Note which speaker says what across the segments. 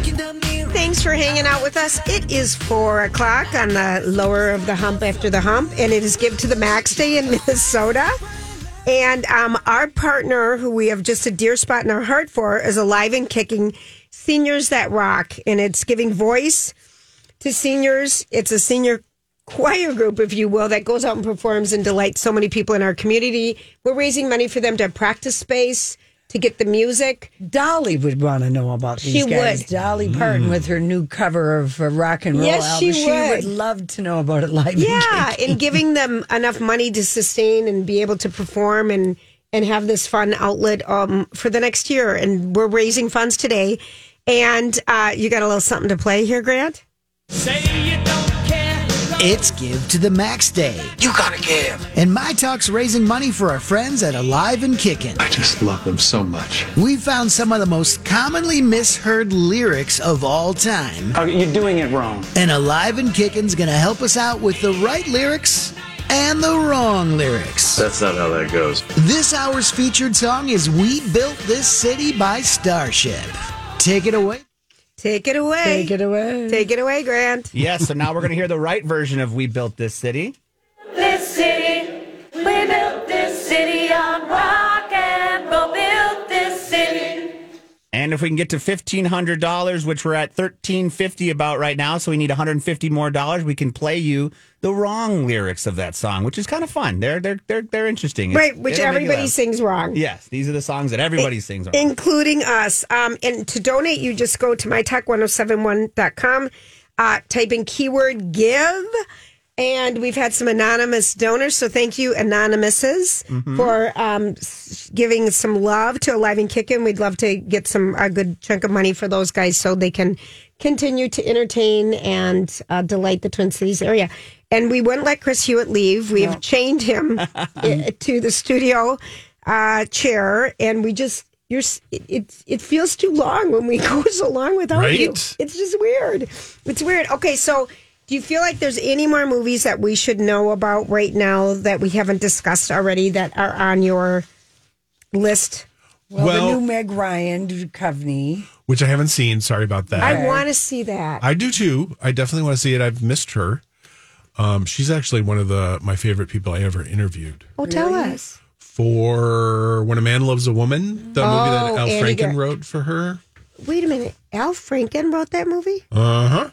Speaker 1: Thanks for hanging out with us. It is four o'clock on the lower of the hump after the hump, and it is Give to the Max Day in Minnesota. And um, our partner, who we have just a dear spot in our heart for, is alive and kicking Seniors That Rock, and it's giving voice to seniors. It's a senior choir group, if you will, that goes out and performs and delights so many people in our community. We're raising money for them to have practice space, to get the music.
Speaker 2: Dolly would want to know about these
Speaker 1: She
Speaker 2: guys.
Speaker 1: would.
Speaker 2: Dolly
Speaker 3: Mm.
Speaker 2: Parton with her new cover of uh, Rock and Roll
Speaker 1: Yes,
Speaker 2: album.
Speaker 1: she
Speaker 2: would.
Speaker 1: would.
Speaker 2: love to know about it live.
Speaker 1: Yeah, and giving them enough money to sustain and be able to perform and and have this fun outlet um, for the next year. And we're raising funds today. And uh, you got a little something to play here, Grant?
Speaker 4: It's Give to the Max Day. You gotta give. And My Talk's raising money for our friends at Alive and Kickin'.
Speaker 5: I just love them so much.
Speaker 4: We found some of the most commonly misheard lyrics of all time.
Speaker 6: Oh, You're doing it wrong.
Speaker 4: And Alive and Kickin's gonna help us out with the right lyrics and the wrong lyrics.
Speaker 7: That's not how that goes.
Speaker 4: This hour's featured song is We Built This City by Starship. Take it away.
Speaker 1: Take it away.
Speaker 2: Take it away.
Speaker 1: Take it away, Grant.
Speaker 8: Yes, so now we're going to hear the right version of We Built This City.
Speaker 9: This city, we built this city on rock and roll. Built this city.
Speaker 8: And if we can get to $1,500, which we're at 1350 about right now, so we need 150 more dollars, we can play you the wrong lyrics of that song, which is kind of fun. They're they're they're they're interesting. It's-
Speaker 1: Right, which
Speaker 8: it'll make you
Speaker 1: everybody
Speaker 8: laugh.
Speaker 1: sings wrong.
Speaker 8: Yes, these are the songs that everybody sings. on.
Speaker 1: including us. Um, and to donate, you just go to mytalk1071.com, uh, type in keyword give. And we've had some anonymous donors. So thank you, Anonymouses, for um, s- giving some love to Alive and Kickin'. We'd love to get some a good chunk of money for those guys so they can continue to entertain and uh, delight the Twin Cities area. And we wouldn't let Chris Hewitt leave. We've chained him i- to the studio uh, chair, and we just you're s- it, it it feels too long when we go so long without you.
Speaker 7: Right?
Speaker 1: It's just weird. It's weird. Okay, so do you feel like there's any more movies that we should know about right now that we haven't discussed already that are on your list?
Speaker 2: Well,
Speaker 3: Well-
Speaker 2: the new Meg Ryan Duchovny.
Speaker 3: which I haven't seen. Sorry about that.
Speaker 1: I want to see that.
Speaker 3: I do too. I definitely want to see it. I've missed her. Um, she's actually one of the my favorite people I ever interviewed
Speaker 1: oh, tell us.
Speaker 3: for "When a Man Loves a Woman," the movie
Speaker 1: Oh,
Speaker 3: that Al
Speaker 1: Andy
Speaker 3: Franken
Speaker 1: Gar-
Speaker 3: wrote for her.
Speaker 1: Wait a minute. Al Franken wrote that movie?
Speaker 3: Uh huh.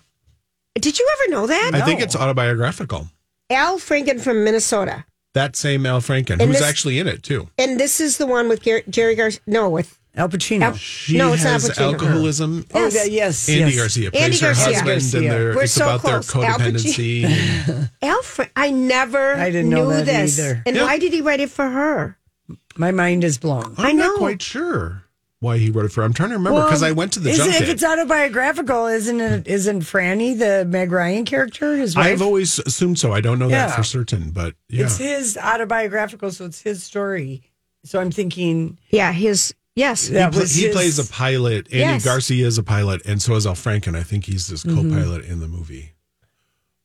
Speaker 1: Did you ever know that?
Speaker 3: I think it's autobiographical.
Speaker 1: Al Franken from Minnesota.
Speaker 3: That same Al Franken,
Speaker 1: And
Speaker 3: who's
Speaker 1: this-
Speaker 3: actually in it too.
Speaker 1: And this is the one with Gar- Jerry Garcia. No, with
Speaker 2: Al Pacino.
Speaker 1: Al-
Speaker 3: She
Speaker 1: no, it's not
Speaker 3: has
Speaker 1: Pacino.
Speaker 3: alcoholism.
Speaker 2: Oh,
Speaker 1: Yes.
Speaker 2: that- yes.
Speaker 3: Andy
Speaker 2: yes.
Speaker 3: Garcia plays
Speaker 1: Andy
Speaker 3: her
Speaker 1: Garcia.
Speaker 3: husband, and
Speaker 2: Garcia.
Speaker 3: their,
Speaker 1: We're
Speaker 3: it's
Speaker 1: so
Speaker 3: about
Speaker 1: close.
Speaker 3: their
Speaker 1: Al
Speaker 3: codependency. and-
Speaker 1: Al Franken. I never
Speaker 2: I didn't
Speaker 1: knew
Speaker 2: know that
Speaker 1: this.
Speaker 2: either.
Speaker 1: And
Speaker 3: Yeah.
Speaker 1: why did he write it for her?
Speaker 2: My mind is blown.
Speaker 3: I'm
Speaker 1: I know.
Speaker 3: not quite sure why he wrote it for. I'm trying to remember because
Speaker 2: Well,
Speaker 3: I went to the
Speaker 2: is
Speaker 3: junket.
Speaker 2: it- If it's autobiographical, isn't it? Isn't Franny the Meg Ryan character? His wife.
Speaker 3: I've always assumed so. I don't know
Speaker 2: Yeah.
Speaker 3: that for certain, but yeah.
Speaker 2: It's his autobiographical, so it's his story. So I'm thinking
Speaker 1: Yeah, his. Yes.
Speaker 3: he,
Speaker 2: that
Speaker 3: pla-
Speaker 2: was
Speaker 3: he
Speaker 2: his-
Speaker 3: plays a pilot. Andy
Speaker 1: Yes.
Speaker 3: Garcia is a pilot, and so is Al Franken. I think he's this co-pilot in the movie.
Speaker 2: Mm-hmm.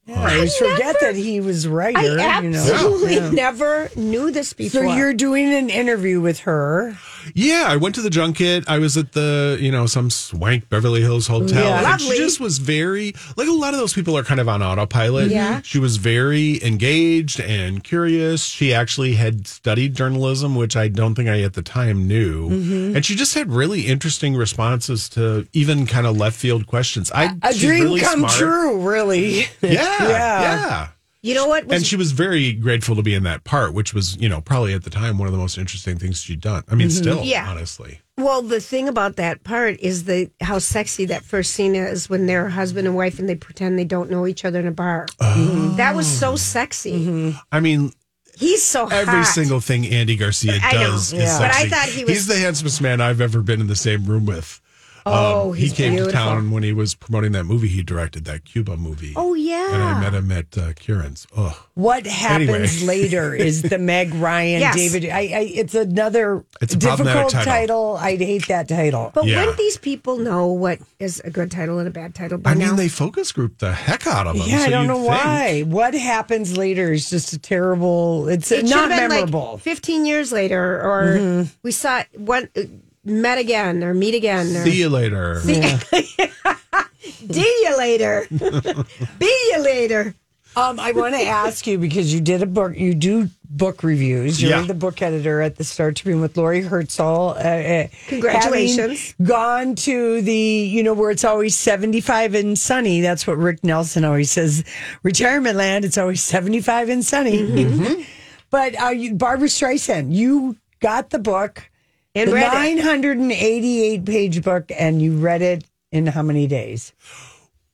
Speaker 2: Yeah, I always forget that he was a writer.
Speaker 1: I
Speaker 2: you know.
Speaker 1: absolutely never knew this
Speaker 2: So
Speaker 1: before.
Speaker 2: you're doing an interview with her.
Speaker 3: Yeah, I went to the junket. I was at the you know some swank Beverly Hills hotel.
Speaker 2: Yeah.
Speaker 3: and
Speaker 1: Lovely.
Speaker 3: she just was very like a lot of those people are kind of on autopilot.
Speaker 1: Yeah.
Speaker 3: she was very engaged and curious. She actually had studied journalism, which I don't think I at the time knew,
Speaker 2: Mm-hmm.
Speaker 3: and she just had really interesting responses to even kind of left field questions. I
Speaker 2: A
Speaker 3: she's
Speaker 2: dream
Speaker 3: really
Speaker 2: come
Speaker 3: smart.
Speaker 2: true, really.
Speaker 3: Yeah, yeah.
Speaker 1: you know what? Was
Speaker 3: And she was very grateful to be in that part, which was, you know, probably at the time one of the most interesting things she'd done. I
Speaker 2: Mm-hmm.
Speaker 3: mean, still,
Speaker 1: Yeah.
Speaker 3: honestly.
Speaker 1: Well, the thing about that part is the how sexy that first scene is when they're husband and wife and they pretend they don't know each other in a bar.
Speaker 3: Oh.
Speaker 1: That was so sexy.
Speaker 2: Mm-hmm.
Speaker 3: I mean,
Speaker 1: He's so hot.
Speaker 3: every single thing Andy Garcia
Speaker 1: I know,
Speaker 3: does is
Speaker 2: yeah.
Speaker 1: But I
Speaker 3: sexy.
Speaker 1: thought he was-
Speaker 3: He's the handsomest man I've ever been in the same room with. Um,
Speaker 1: Oh,
Speaker 3: he
Speaker 1: he's
Speaker 3: came
Speaker 1: beautiful.
Speaker 3: to town when he was promoting that movie he directed, that Cuba movie.
Speaker 1: Oh yeah.
Speaker 3: And I met him at uh, Kieran's. Oh,
Speaker 2: What happens
Speaker 3: Anyway.
Speaker 2: later is the Meg Ryan
Speaker 1: Yes.
Speaker 2: David. I, I, it's another
Speaker 3: It's a
Speaker 2: difficult
Speaker 3: problematic
Speaker 2: title.
Speaker 3: title. Oh,
Speaker 2: I'd hate that title.
Speaker 1: But
Speaker 3: Yeah.
Speaker 1: wouldn't these people know what is a good title and a bad title by
Speaker 3: I
Speaker 1: now?
Speaker 3: mean, they focus group the heck out of him.
Speaker 2: yeah, I
Speaker 3: so
Speaker 2: don't
Speaker 3: you'd
Speaker 2: know
Speaker 3: think-
Speaker 2: why. What happens later is just a terrible. It's
Speaker 1: it should
Speaker 2: not
Speaker 1: have been
Speaker 2: memorable. Mm-hmm.
Speaker 1: like 15 years later or uh, we saw it one met again or meet again or
Speaker 3: See you later.
Speaker 1: D you later. B you later.
Speaker 2: Um, I want to ask you because you did a book, you do book reviews. You're
Speaker 3: Yeah.
Speaker 2: the book editor at the Star Tribune with Lori Herzl. Uh, uh,
Speaker 1: Congratulations.
Speaker 2: having Gone to the, you know, where it's always 75 and sunny. That's what Rick Nelson always says. Retirement land, it's always 75 and sunny. but uh, you, Barbara Streisand, you got the book,
Speaker 1: And
Speaker 2: the
Speaker 1: read it.
Speaker 2: 988 page book, and you read it in how many days?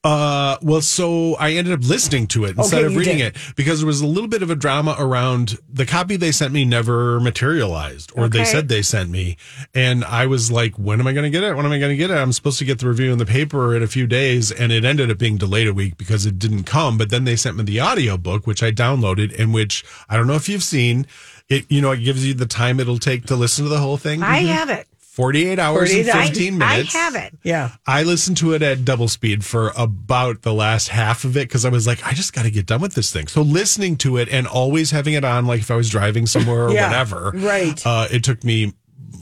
Speaker 3: Uh, well, so I ended up listening to it instead
Speaker 2: Okay,
Speaker 3: of
Speaker 2: you
Speaker 3: reading
Speaker 2: did.
Speaker 3: it because there was a little bit of a drama around the copy they sent me never materialized, or they
Speaker 1: Okay.
Speaker 3: said they sent me, and I was like, "When am I going to get it? When am I going to get it? I'm supposed to get the review in the paper in a few days, and it ended up being delayed a week because it didn't come." But then they sent me the audio book, which I downloaded, and which I don't know if you've seen. It you know it gives you the time it'll take to listen to the whole thing.
Speaker 2: Mm-hmm.
Speaker 1: I have it.
Speaker 3: 48 hours
Speaker 2: 48
Speaker 3: and
Speaker 2: hours.
Speaker 3: 15
Speaker 1: I
Speaker 3: minutes.
Speaker 1: have it.
Speaker 2: Yeah.
Speaker 3: I listened to it at double speed for about the last half of it because I was like, I just got to get done with this thing. So listening to it and always having it on, like if I was driving somewhere or
Speaker 2: Yeah,
Speaker 3: whatever,
Speaker 2: right.
Speaker 3: Uh, it took me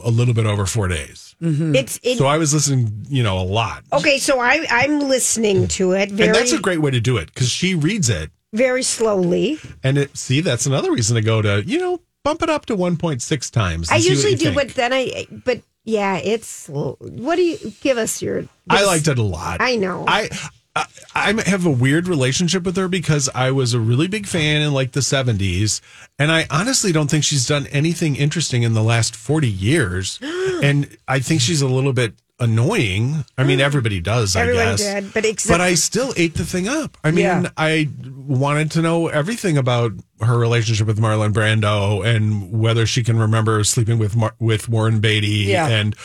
Speaker 3: a little bit over four days.
Speaker 1: Mm-hmm.
Speaker 2: Hmm.
Speaker 1: It's it,
Speaker 3: So I was listening, you know, a lot.
Speaker 1: okay. So I I'm listening to it Oh, very
Speaker 3: and that's a great way to do it because she reads it,
Speaker 1: very slowly.
Speaker 3: and it, see, that's another reason to go to you know bump it up to one point six times.
Speaker 1: I
Speaker 3: and see what
Speaker 1: usually
Speaker 3: you
Speaker 1: do,
Speaker 3: think.
Speaker 1: but then I but yeah, it's slow. What do you give us your?
Speaker 3: I liked it a lot.
Speaker 1: I know.
Speaker 3: I, I I have a weird relationship with her because I was a really big fan in like the 70s and I honestly don't think she's done anything interesting in the last 40 years and I think she's a little bit annoying. I mean everybody does,
Speaker 1: Everyone
Speaker 3: I guess.
Speaker 1: did, but except
Speaker 3: But I still ate the thing up. I mean,
Speaker 2: Yeah.
Speaker 3: I wanted to know everything about her relationship with Marlon Brando and whether she can remember sleeping with Mar- with Warren Beatty
Speaker 2: Yeah.
Speaker 3: and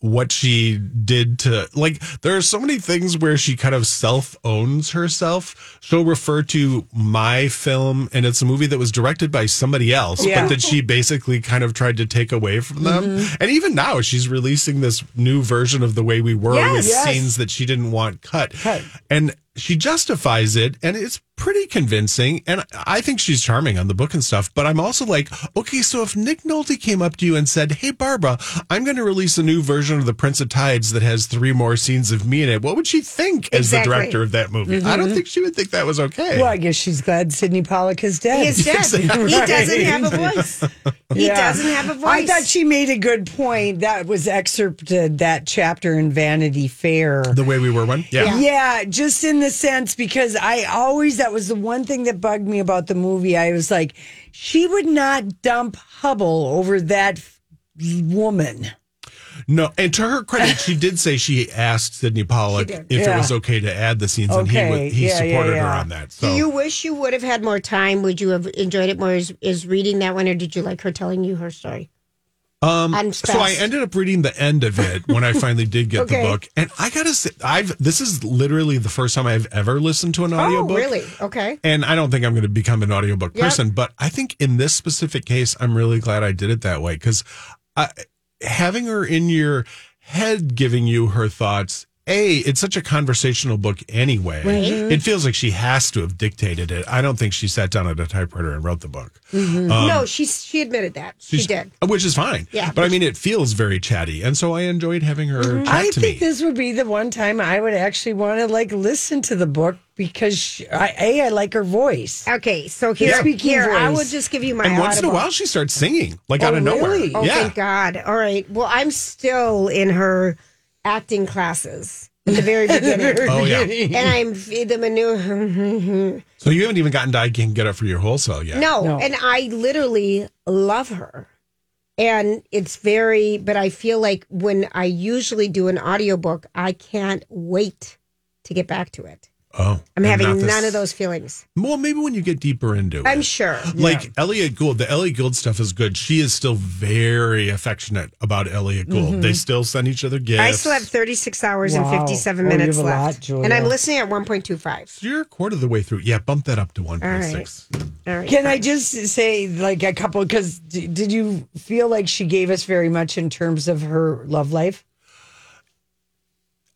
Speaker 3: what she did to like there are so many things where she kind of self owns herself she'll refer to my film and it's a movie that was directed by somebody else
Speaker 2: Yeah. Mm-hmm.
Speaker 3: but that she basically kind of tried to take away from them and even now she's releasing this new version of the way we were
Speaker 1: Yes.
Speaker 3: with
Speaker 2: Yes.
Speaker 3: scenes that she didn't want cut
Speaker 2: Cut.
Speaker 3: and she justifies it and it's pretty convincing and i think she's charming on the book and stuff but i'm also like okay so if nick nolte came up to you and said hey barbara i'm going to release a new version of the prince of tides that has three more scenes of me in it what would she think as the
Speaker 1: Exactly. Mm-hmm.
Speaker 3: director of that movie i don't think she would think that was okay
Speaker 2: Well, I guess she's glad Sidney Pollock is dead.
Speaker 1: He is dead.
Speaker 3: Exactly.
Speaker 1: He doesn't have a voice. He
Speaker 2: Yeah.
Speaker 1: doesn't have a
Speaker 2: I
Speaker 1: voice.
Speaker 2: thought she made a good point. That was excerpted that chapter in Vanity Fair.
Speaker 3: the way we were one
Speaker 2: yeah. just in the sense because I always that was the one thing that bugged me about the movie. I was like, she would not dump Hubble over that f- woman.
Speaker 3: No, and to her credit, she did say she asked Sidney Pollock if
Speaker 2: Yeah.
Speaker 3: it was okay to add the scenes, and he
Speaker 2: Okay,
Speaker 3: would, he
Speaker 2: yeah, yeah,
Speaker 3: supported her
Speaker 2: yeah.
Speaker 3: on that. So
Speaker 1: do you wish you would have had more time? Would you have enjoyed it more? Is, is reading that one, or did you like her telling you her story? Um, I'm
Speaker 3: So I
Speaker 1: stressed.
Speaker 3: ended up reading the end of it when I finally did get
Speaker 1: Okay.
Speaker 3: the book. And I gotta say I've this is literally the first time I've ever listened to an
Speaker 1: Oh,
Speaker 3: audiobook.
Speaker 1: really? Okay.
Speaker 3: And I don't think I'm going to become an audiobook
Speaker 1: Yep.
Speaker 3: person, but I think in this specific case, I'm really glad I did it that way because having her in your head giving you her thoughts. A, it's such a conversational book anyway.
Speaker 1: Mm-hmm.
Speaker 3: It feels like she has to have dictated it. I don't think she sat down at a typewriter and wrote the book. Um,
Speaker 1: Mm-hmm. no, she she admitted that she
Speaker 3: she's-
Speaker 1: did.
Speaker 3: Oh, which is fine.
Speaker 1: Yeah. Mm-hmm.
Speaker 3: but I mean, it feels very chatty, and so I enjoyed having her chat
Speaker 2: I
Speaker 3: to
Speaker 2: think
Speaker 3: me.
Speaker 2: this would be the one time I would actually want to like listen to the book because she, I, a I like her voice.
Speaker 1: Okay, so here,
Speaker 2: Speaking
Speaker 1: here I
Speaker 2: voice.
Speaker 1: will just give you my.
Speaker 3: and once in a
Speaker 1: audible.
Speaker 3: while, she starts singing like
Speaker 2: Oh,
Speaker 3: out of
Speaker 2: really?
Speaker 3: nowhere.
Speaker 1: Oh,
Speaker 3: yeah,
Speaker 1: thank God. All right. Well, I'm still in her acting classes at the very beginning.
Speaker 3: oh yeah.
Speaker 1: and I'm the manure.
Speaker 3: So you haven't even gotten to I can get up for your wholesale yet.
Speaker 1: no,
Speaker 2: No.
Speaker 1: and I literally love her. And it's very, but I feel like when I usually do an audiobook, I can't wait to get back to it.
Speaker 3: Oh,
Speaker 1: I'm
Speaker 3: and
Speaker 1: having
Speaker 3: not this-
Speaker 1: none of those feelings.
Speaker 3: Well, maybe when you get deeper into it.
Speaker 1: I'm sure.
Speaker 3: Like Elliot Gould, the Elliot Gould stuff is good. She is still very affectionate about Elliot Gould. They still send each other gifts.
Speaker 1: Mm-hmm. I still have 36 hours
Speaker 2: Wow.
Speaker 1: and 57
Speaker 2: Oh, you
Speaker 1: minutes
Speaker 2: have a lot,
Speaker 1: left. and I'm
Speaker 2: Julia.
Speaker 1: listening at 1.25.
Speaker 3: You're a quarter of the way through. Yeah, bump that up to 1.6.
Speaker 1: All right.
Speaker 2: Can I just say, like, a couple? Because d- did you feel like she gave us very much in terms of her love life?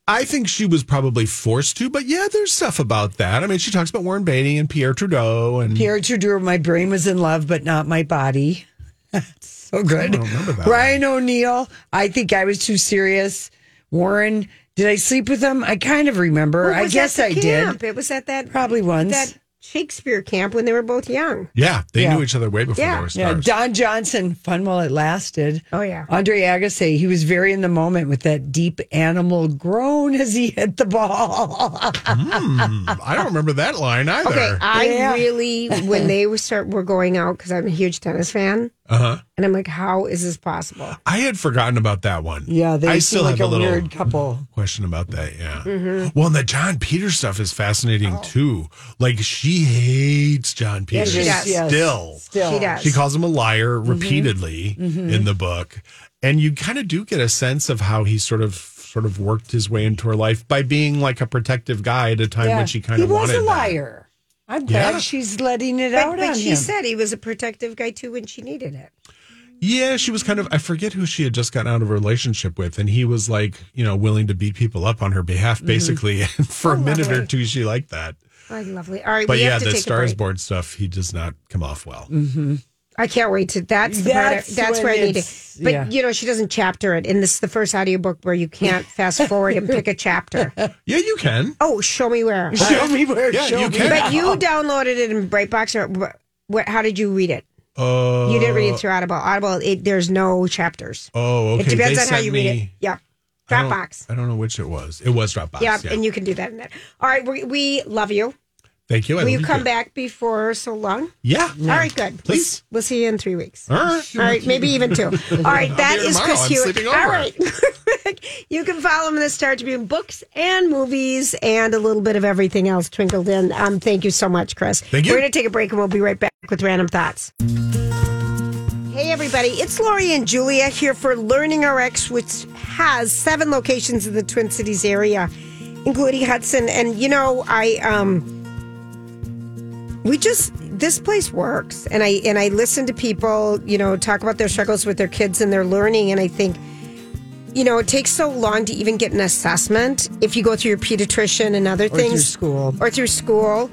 Speaker 3: I think she was probably forced to, but yeah, there's stuff about that. I mean, she talks about Warren Beatty and Pierre Trudeau and
Speaker 2: Pierre Trudeau, my brain was in love, but not my body. so good.
Speaker 3: I don't remember that
Speaker 2: Ryan O'Neill, I think I was too serious. Warren. Did I sleep with them? I kind of remember.
Speaker 1: Well, it
Speaker 2: I
Speaker 1: was
Speaker 2: guess
Speaker 1: at
Speaker 2: I
Speaker 1: the camp.
Speaker 2: did.
Speaker 1: It was at that
Speaker 2: Probably once.
Speaker 1: that Shakespeare camp when they were both young.
Speaker 3: Yeah, they
Speaker 2: Yeah.
Speaker 3: knew each other way before
Speaker 1: Yeah.
Speaker 3: they were
Speaker 2: yeah,
Speaker 3: stars.
Speaker 2: Don Johnson, fun while it lasted.
Speaker 1: Oh, yeah.
Speaker 2: Andre Agassi, he was very in the moment with that deep animal groan as he hit the ball.
Speaker 3: I don't remember that line either.
Speaker 1: Okay, I
Speaker 2: Yeah.
Speaker 1: really when they were start were going out because I'm a huge tennis fan,
Speaker 3: Uh-huh.
Speaker 1: and I'm like, how is this possible?
Speaker 3: I had forgotten about that one.
Speaker 2: yeah, they
Speaker 3: I
Speaker 2: seem
Speaker 3: still
Speaker 2: like
Speaker 3: have a,
Speaker 2: a,
Speaker 3: little
Speaker 2: weird couple. Mm-hmm.
Speaker 3: question about that. Yeah. Well, and the John Peters stuff is fascinating too. Like she hates John Peters
Speaker 1: she does.
Speaker 2: Oh. Yes.
Speaker 3: still.
Speaker 2: Still,
Speaker 1: She does.
Speaker 3: She calls him a liar
Speaker 1: Mm-hmm.
Speaker 3: repeatedly in the book, and you kind of do get a sense of how he sort of sort of worked his way into her life by being like a protective guy at a time when she kind
Speaker 2: he
Speaker 3: of
Speaker 2: was
Speaker 3: wanted
Speaker 2: a
Speaker 3: that.
Speaker 2: liar. I'm glad
Speaker 3: Yeah.
Speaker 2: she's letting it out
Speaker 1: But,
Speaker 2: on
Speaker 1: but she
Speaker 2: him.
Speaker 1: said he was a protective guy too when she needed it.
Speaker 3: Yeah, she was kind of I forget who she had just gotten out of a relationship with, and he was like, you know, willing to beat people up on her
Speaker 1: Mm-hmm.
Speaker 3: behalf basically. And for a minute or two, she liked that.
Speaker 1: Oh, lovely. All right,
Speaker 3: But
Speaker 1: we
Speaker 3: yeah,
Speaker 1: have to
Speaker 3: the
Speaker 1: take a
Speaker 3: stars
Speaker 1: break. Mm.
Speaker 3: born stuff, he does not come off well.
Speaker 1: I can't wait to. That's the
Speaker 2: That's
Speaker 1: part. I, that's
Speaker 2: when
Speaker 1: where I need
Speaker 2: it's-
Speaker 1: it. But
Speaker 2: yeah.
Speaker 1: you know, she doesn't chapter it, and this is the first audiobook where you can't fast forward and pick a chapter.
Speaker 3: Yeah, you can.
Speaker 1: Oh, show me where.
Speaker 2: Show me where.
Speaker 3: Yeah,
Speaker 2: show
Speaker 3: you
Speaker 2: me.
Speaker 3: can.
Speaker 1: But you downloaded it in Brightbox, or wh- what? How did you read it?
Speaker 3: Oh,
Speaker 1: You didn't read it through Audible. Audible, it, there's no chapters.
Speaker 3: oh, okay.
Speaker 1: It depends
Speaker 3: They
Speaker 1: on how
Speaker 3: sent
Speaker 1: you read it.
Speaker 3: me-
Speaker 1: Yeah,
Speaker 3: I don't-
Speaker 1: Dropbox.
Speaker 3: I don't know which it was. It was Dropbox.
Speaker 1: Yeah,
Speaker 3: Yeah,
Speaker 1: and you can do that in that. All right, we, we love you.
Speaker 3: Thank you. I
Speaker 1: Will
Speaker 3: love
Speaker 1: you come
Speaker 3: too.
Speaker 1: back before so long?
Speaker 3: Yeah.
Speaker 1: All right, good.
Speaker 3: Please.
Speaker 1: We'll see you in three weeks.
Speaker 3: All right.
Speaker 1: All right, maybe even two. All right, that
Speaker 3: here
Speaker 1: is
Speaker 3: tomorrow.
Speaker 1: Chris
Speaker 3: I'm
Speaker 1: Hewitt.
Speaker 3: sleeping
Speaker 1: All
Speaker 3: over.
Speaker 1: right, you can follow him in the Star Tribune books and movies and a little bit of everything else twinkled in. Um, thank you so much, Chris.
Speaker 3: Thank you.
Speaker 1: We're going to take a break and we'll be right back with random thoughts. Hey everybody, it's Lori and Julia here for Learning RX, which has seven locations in the Twin Cities area, including Hudson. And you know, I um we just this place works and i and i listen to people you know talk about their struggles with their kids and their learning and i think you know it takes so long to even get an assessment if you go through your pediatrician and other
Speaker 2: through
Speaker 1: things
Speaker 2: school.
Speaker 1: or through school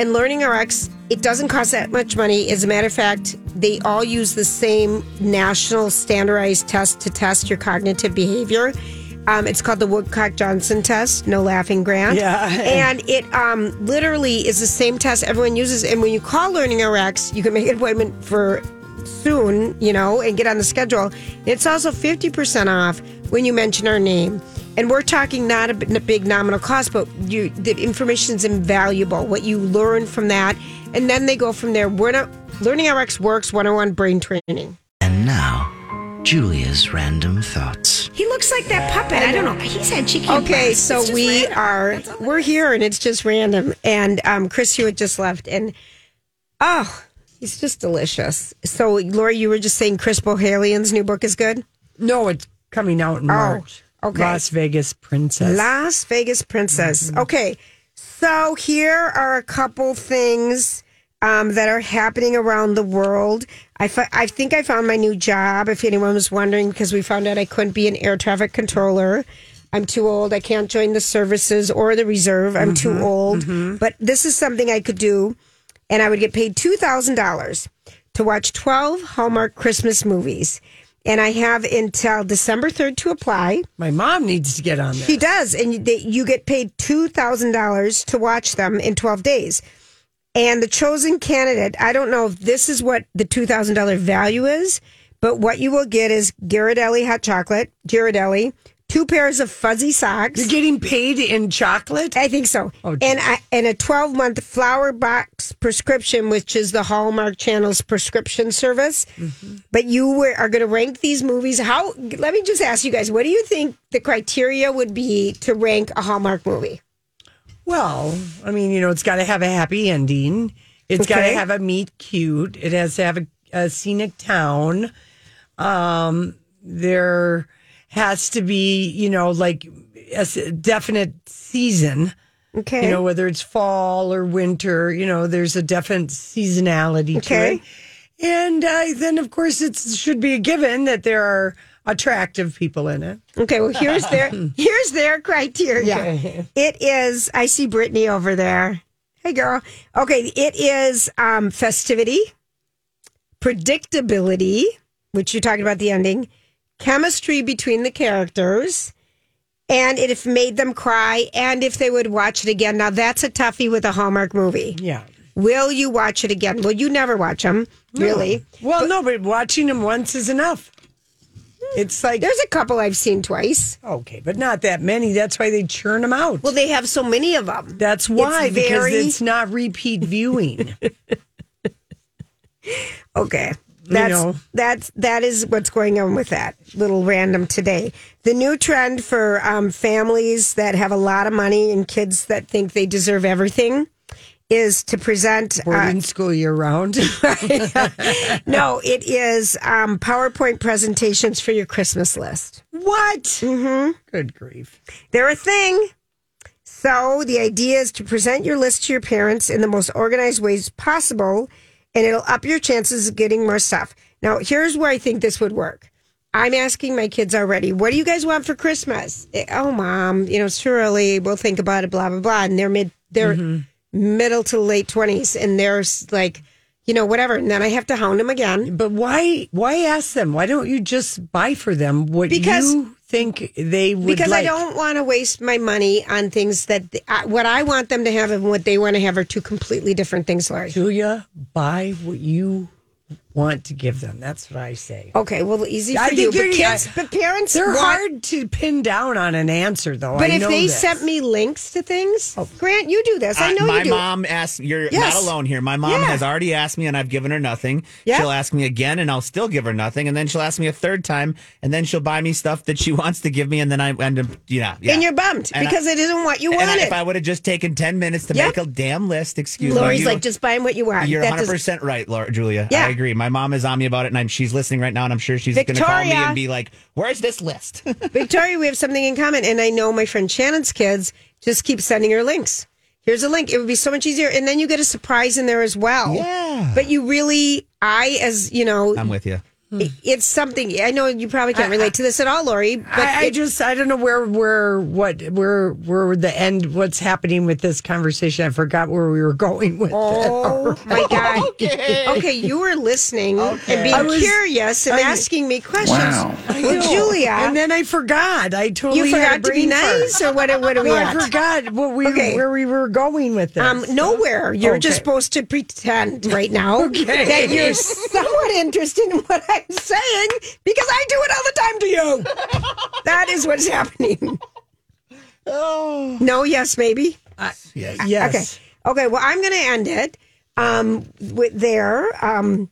Speaker 1: and learning rx it doesn't cost that much money as a matter of fact they all use the same national standardized test to test your cognitive behavior um, it's called the woodcock johnson test no laughing grant
Speaker 2: Yeah.
Speaker 1: and it um, literally is the same test everyone uses. And when you call Learning RX, you can make an appointment for soon, you know, and get on the schedule. It's also 50% off when you mention our name. And we're talking not a b- a big nominal cost, but you the information's invaluable. What you learn from that, and then they go from there. We're not Learning RX works 101 brain training.
Speaker 5: And now, Julia's random thoughts.
Speaker 6: He looks like that puppet. I don't know. He's had cheeky
Speaker 1: Okay,
Speaker 6: breasts.
Speaker 1: so
Speaker 6: It's just
Speaker 1: we
Speaker 6: random.
Speaker 1: are
Speaker 6: That's all
Speaker 1: we're here, and it's just random. And um, Chris Hewitt just left, and oh, he's just delicious. So, Lori, you were just saying Chris Bohalian's new book is good.
Speaker 2: No, it's coming out in March.
Speaker 1: okay.
Speaker 2: Las Vegas Princess.
Speaker 1: Las Vegas Princess. Okay, so here are a couple things um, that are happening around the world. I fi- I think I found my new job. If anyone was wondering, because we found out I couldn't be an air traffic controller. I'm too old. I can't join the services or the reserve. I'm too old. But this is something I could do, and I would get paid two thousand dollars to watch twelve Hallmark Christmas movies. And I have until December third to apply.
Speaker 2: My mom needs to get on
Speaker 1: He
Speaker 2: there.
Speaker 1: does, and you- they, you get paid two thousand dollars to watch them in twelve days. And the chosen candidate, I don't know if this is what the two thousand dollar value is, but what you will get is Ghirardelli hot chocolate, Ghirardelli, two pairs of fuzzy socks.
Speaker 2: You're getting paid in chocolate?
Speaker 1: I think so.
Speaker 2: Oh, geez.
Speaker 1: and I, and a 12 month flower box prescription, which is the Hallmark Channel's prescription service.
Speaker 2: Mm-hmm.
Speaker 1: But you were, are going to rank these movies. How? Let me just ask you guys: What do you think the criteria would be to rank a Hallmark movie?
Speaker 2: Well, I mean, you know, it's got to have a happy ending. It's got to
Speaker 1: Okay.
Speaker 2: have a meet cute. It has to have a, a scenic town. Um, there has to be, you know, like a s- definite season.
Speaker 1: Okay.
Speaker 2: You know, whether it's fall or winter, you know, there's a definite seasonality
Speaker 1: Okay.
Speaker 2: to it. And uh, then, of course, it should be a given that there are attractive people in it.
Speaker 1: Okay, well here's their here's their criteria. It is I see Brittany over there. Hey girl. Okay, it is um festivity, predictability, which you're talking about the ending, chemistry between the characters, and if made them cry, and if they would watch it again. Now that's a toughie with a Hallmark movie.
Speaker 2: Yeah.
Speaker 1: Will you watch it again? Well, you never watch them, really.
Speaker 2: Well, no, but watching them once is enough. It's like
Speaker 1: There's a couple I've seen twice.
Speaker 2: okay, but not that many. That's why they churn them out.
Speaker 1: Well, they have so many of them.
Speaker 2: That's why
Speaker 1: it's
Speaker 2: because
Speaker 1: very-
Speaker 2: it's not repeat viewing.
Speaker 1: Okay. That's
Speaker 2: know.
Speaker 1: that's that is what's going on with that little random today. The new trend for um, families that have a lot of money and kids that think they deserve everything is to present.
Speaker 2: We're
Speaker 1: uh,
Speaker 2: in school year round.
Speaker 1: no, it is um, PowerPoint presentations for your Christmas list.
Speaker 2: what? Mm-hmm. Good grief.
Speaker 1: They're a thing. So the idea is to present your list to your parents in the most organized ways possible, and it'll up your chances of getting more stuff. Now, here's where I think this would work. I'm asking my kids already, what do you guys want for Christmas? Eh, Oh, mom, you know, it's too early. We'll think about it, blah, blah, blah. And they're mid, they're middle to late 20s, and they're s- like, you know, whatever. And then I have to hound them again.
Speaker 2: But why? Why ask them? Why don't you just buy for them what
Speaker 1: Because-
Speaker 2: you think they would?
Speaker 1: because
Speaker 2: like?
Speaker 1: I don't want to waste my money on things that th- I, what I want them to have and what they want to have are two completely different things, Lori.
Speaker 2: Julia, buy what you want to give them. That's what I say.
Speaker 1: Okay, well, easy for
Speaker 2: I
Speaker 1: you,
Speaker 2: think
Speaker 1: but,
Speaker 2: you're-
Speaker 1: kids,
Speaker 2: I-
Speaker 1: but parents
Speaker 2: They're
Speaker 1: want-
Speaker 2: hard to pin down on an answer, though.
Speaker 1: But
Speaker 2: I
Speaker 1: if
Speaker 2: know
Speaker 1: they
Speaker 2: this.
Speaker 1: sent me links to things, Grant, you do this. I know
Speaker 8: Oh. Uh, my
Speaker 1: you do.
Speaker 8: mom asked. You're
Speaker 1: Yes.
Speaker 8: not alone here. My mom
Speaker 1: Yeah.
Speaker 8: has already asked me, and I've given her nothing.
Speaker 1: Yeah.
Speaker 8: She'll ask me again, and I'll still give her nothing. And then she'll ask me a third time, and then she'll buy me stuff that she wants to give me, and then I end up, yeah, yeah.
Speaker 1: And you're bummed
Speaker 8: And I-
Speaker 1: because it isn't what you
Speaker 8: And I-
Speaker 1: wanted.
Speaker 8: if I would have just taken ten minutes to
Speaker 1: Yep.
Speaker 8: make a damn list, excuse
Speaker 1: Lori's
Speaker 8: me, you-
Speaker 1: like, just buying what you want.
Speaker 8: You're
Speaker 1: That
Speaker 8: 100
Speaker 1: does-
Speaker 8: percent right, Laura, Julia.
Speaker 1: Yeah.
Speaker 8: I agree. My mom is on me about it, and I'm, she's listening right now, and I'm sure she's going to call me
Speaker 1: Victoria.
Speaker 8: and be like, "Where's this list?"
Speaker 1: Victoria, we have something in common. And I know my friend Shannon's kids just keep sending her links. Here's a link. It would be so much easier. And then you get a surprise in there as well.
Speaker 8: Yeah.
Speaker 1: But you really, I, as you know,
Speaker 8: I'm with you.
Speaker 1: it- it's something. I know you probably can't relate to this at all, Lori, but
Speaker 2: I, I
Speaker 1: it-
Speaker 2: just I don't know where where what where where the end what's happening with this conversation. I forgot where we were going with.
Speaker 1: Oh my God. okay. you were listening and
Speaker 2: I
Speaker 1: being
Speaker 2: was-
Speaker 1: curious and
Speaker 2: I-
Speaker 1: asking me questions.
Speaker 2: I
Speaker 1: Well,
Speaker 2: know.
Speaker 1: Julia,
Speaker 2: and then I forgot. I totally
Speaker 1: you
Speaker 2: had a
Speaker 1: forgot to be
Speaker 2: brain fart.
Speaker 1: nice or what, what are we
Speaker 2: Well, I
Speaker 1: at?
Speaker 2: forgot what we
Speaker 1: Oh, Okay.
Speaker 2: where we were going with this.
Speaker 1: Um, nowhere. You're just
Speaker 2: Okay.
Speaker 1: supposed to pretend right now that you're somewhat interested in what I'm saying because I do it all the time to you. that is what's happening.
Speaker 2: Oh.
Speaker 1: No, yes, maybe.
Speaker 2: yes.
Speaker 1: Okay. Okay. Well, I'm going to end it um, with there. Um,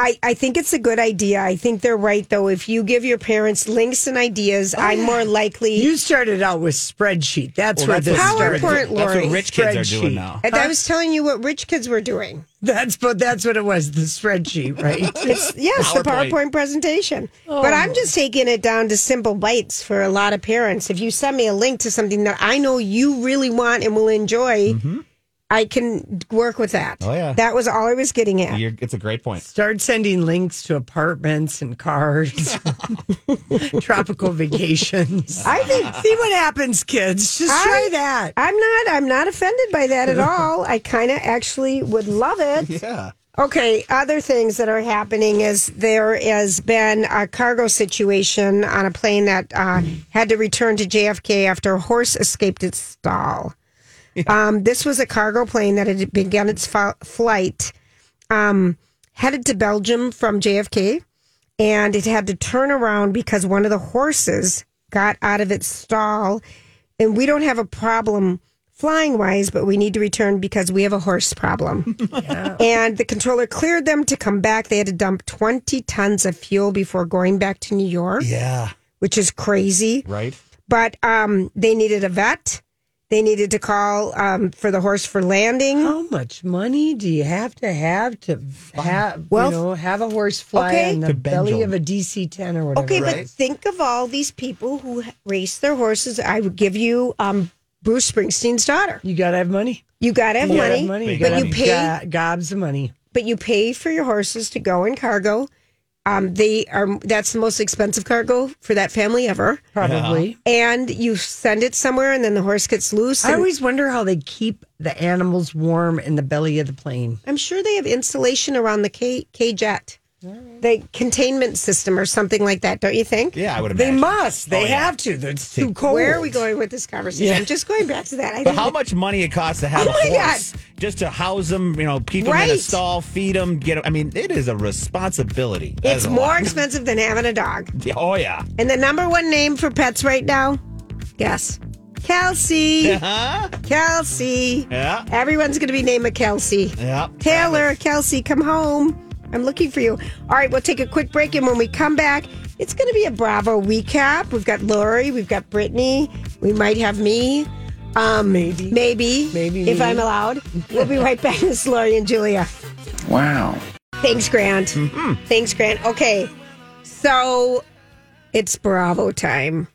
Speaker 1: I, I think it's a good idea. I think they're right, though. If you give your parents links and ideas,
Speaker 8: Oh,
Speaker 1: I'm more likely.
Speaker 2: You started out with spreadsheet. That's
Speaker 8: Well,
Speaker 2: where this
Speaker 1: what
Speaker 2: started.
Speaker 8: that's
Speaker 1: PowerPoint,
Speaker 8: that's
Speaker 1: Lori.
Speaker 8: what rich kids are doing
Speaker 2: Spreadsheet.
Speaker 8: now.
Speaker 1: And I was telling you what rich kids were doing.
Speaker 2: That's what that's what it was. The spreadsheet, right?
Speaker 1: It's yes, the
Speaker 8: PowerPoint.
Speaker 1: PowerPoint presentation.
Speaker 8: Oh.
Speaker 1: But I'm just taking it down to simple bites for a lot of parents. If you send me a link to something that I know you really want and will enjoy, I can work with that.
Speaker 8: Mm-hmm. Oh, yeah.
Speaker 1: that was all I was getting at.
Speaker 8: You're, it's a great point.
Speaker 2: Start sending links to apartments and cars, tropical vacations.
Speaker 1: I think
Speaker 2: See what happens, kids. Just
Speaker 1: I-
Speaker 2: try that.
Speaker 1: I'm not. I'm not offended by that at all. I kind of actually would love it.
Speaker 8: Yeah.
Speaker 1: Okay. Other things that are happening is there has been a cargo situation on a plane that uh, had to return to JFK after a horse escaped its stall. Um, this was a cargo plane that had begun its fo- flight, um, headed to Belgium from JFK, and it had to turn around because one of the horses got out of its stall. And we don't have a problem flying wise, but we need to return because we have a horse problem. And the controller cleared them to come back. They had to dump 20 tons of fuel before going back to New York,
Speaker 8: Yeah.
Speaker 1: which is crazy
Speaker 8: Right.
Speaker 1: but um, they needed a vet. They needed to call um, for the horse for landing.
Speaker 2: How much money do you have to have to have
Speaker 1: Well,
Speaker 2: you know have a horse fly
Speaker 1: okay.
Speaker 2: on the
Speaker 8: To
Speaker 2: belly
Speaker 8: Benjel.
Speaker 2: of a DC ten or whatever?
Speaker 1: Okay,
Speaker 8: Right.
Speaker 1: but think of all these people who h- race their horses. I would give you um, Bruce Springsteen's daughter.
Speaker 2: You gotta have money.
Speaker 1: You got to have
Speaker 2: You gotta
Speaker 1: money,
Speaker 2: have money.
Speaker 1: but
Speaker 2: gotta
Speaker 1: you
Speaker 2: have
Speaker 1: pay.
Speaker 2: go- gobs of money.
Speaker 1: But you pay for your horses to go in cargo. Um, they are that's the most expensive cargo for that family ever.
Speaker 2: Probably.
Speaker 8: Uh-huh.
Speaker 1: And you send it somewhere, and then the horse gets loose.
Speaker 2: I
Speaker 1: and-
Speaker 2: always wonder how they keep the animals warm in the belly of the plane.
Speaker 1: I'm sure they have insulation around the K, K jet. the containment system or something like that, don't you think?
Speaker 8: Yeah, I would
Speaker 2: They
Speaker 8: imagine.
Speaker 2: must. They
Speaker 8: Oh, yeah.
Speaker 2: have to. It's too cold.
Speaker 1: Where are we going with this conversation?
Speaker 2: Oh. Yeah.
Speaker 1: I'm just going back to that. I
Speaker 8: But
Speaker 1: think
Speaker 8: how much money it costs to have
Speaker 1: Oh
Speaker 8: a
Speaker 1: my
Speaker 8: horse just to house them, you know, keep them in a
Speaker 1: Right.
Speaker 8: stall, feed them, get them. I mean, it is a responsibility. That
Speaker 1: it's
Speaker 8: is a
Speaker 1: more
Speaker 8: lot.
Speaker 1: expensive than having a dog.
Speaker 8: Oh yeah.
Speaker 1: And the number one name for pets right now, guess. Kelsey.
Speaker 8: Huh?
Speaker 1: Kelsey.
Speaker 8: Yeah.
Speaker 1: Everyone's going to be named a Kelsey.
Speaker 8: Yeah.
Speaker 1: Taylor, Kelsey, come home. I'm looking for you. All right, we'll take a quick break. And when we come back, it's going to be a Bravo recap. We've got Lori, we've got Brittany, we might have me. Um, maybe. Maybe.
Speaker 2: Maybe
Speaker 1: If
Speaker 2: me.
Speaker 1: I'm allowed. We'll be right back. It's Lori and Julia.
Speaker 5: Wow.
Speaker 1: Thanks, Grant. Thanks, Grant. Okay, so it's Bravo time,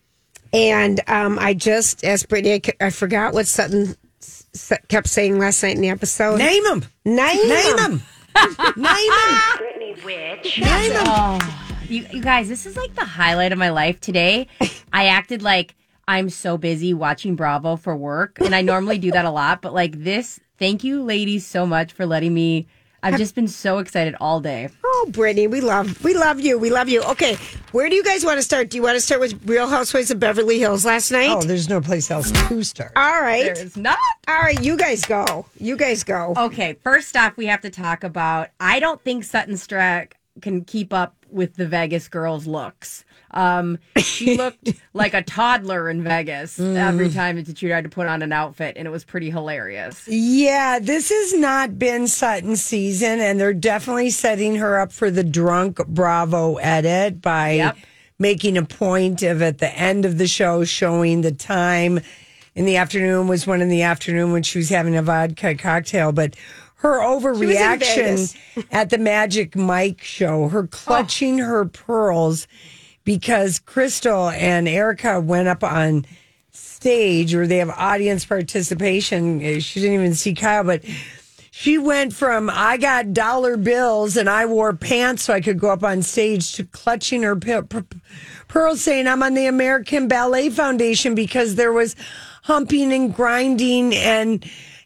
Speaker 1: and um, I just asked Brittany. I, c- I forgot what Sutton s- s- kept saying last night in the episode.
Speaker 2: Name them.
Speaker 1: Name,
Speaker 2: Name them. Name them.
Speaker 9: Brittany Witch.
Speaker 2: Name them.
Speaker 7: You, you guys, this is like the highlight of my life today. I acted like I'm so busy watching Bravo for work, and I normally do that a lot, but like this, thank you, ladies, so much for letting me. I've just been so excited all day.
Speaker 1: Oh, Brittany, we love we love you. We love you. Okay, where do you guys want to start? Do you want to start with Real Housewives of Beverly Hills last night?
Speaker 2: Oh, there's no place else to start.
Speaker 1: All right,
Speaker 7: There is not.
Speaker 1: all right. You guys go. You guys go.
Speaker 2: Um,
Speaker 7: Okay, first off, we have to talk about. I don't think Sutton Strack can keep up with the Vegas girls' looks. Um, she looked like a toddler in Vegas every time that she tried to put on an outfit, and it was pretty hilarious.
Speaker 2: Yeah, this has not been Sutton's season, and they're definitely setting her up for the drunk Bravo edit by
Speaker 7: Yep.
Speaker 2: making a point of at the end of the show showing the time in the afternoon was one in the afternoon when she was having a vodka cocktail, but her
Speaker 1: Vegas.
Speaker 2: overreaction at the Magic Mike show, her clutching
Speaker 1: Oh.
Speaker 2: her pearls because Crystal and Erica went up on stage where they have audience participation. Uh, She didn't even see Kyle, but she went from I got dollar bills and I wore pants so I could go up on stage to clutching her pe- pe- pearls, saying I'm on the American Ballet Foundation because there was humping and grinding and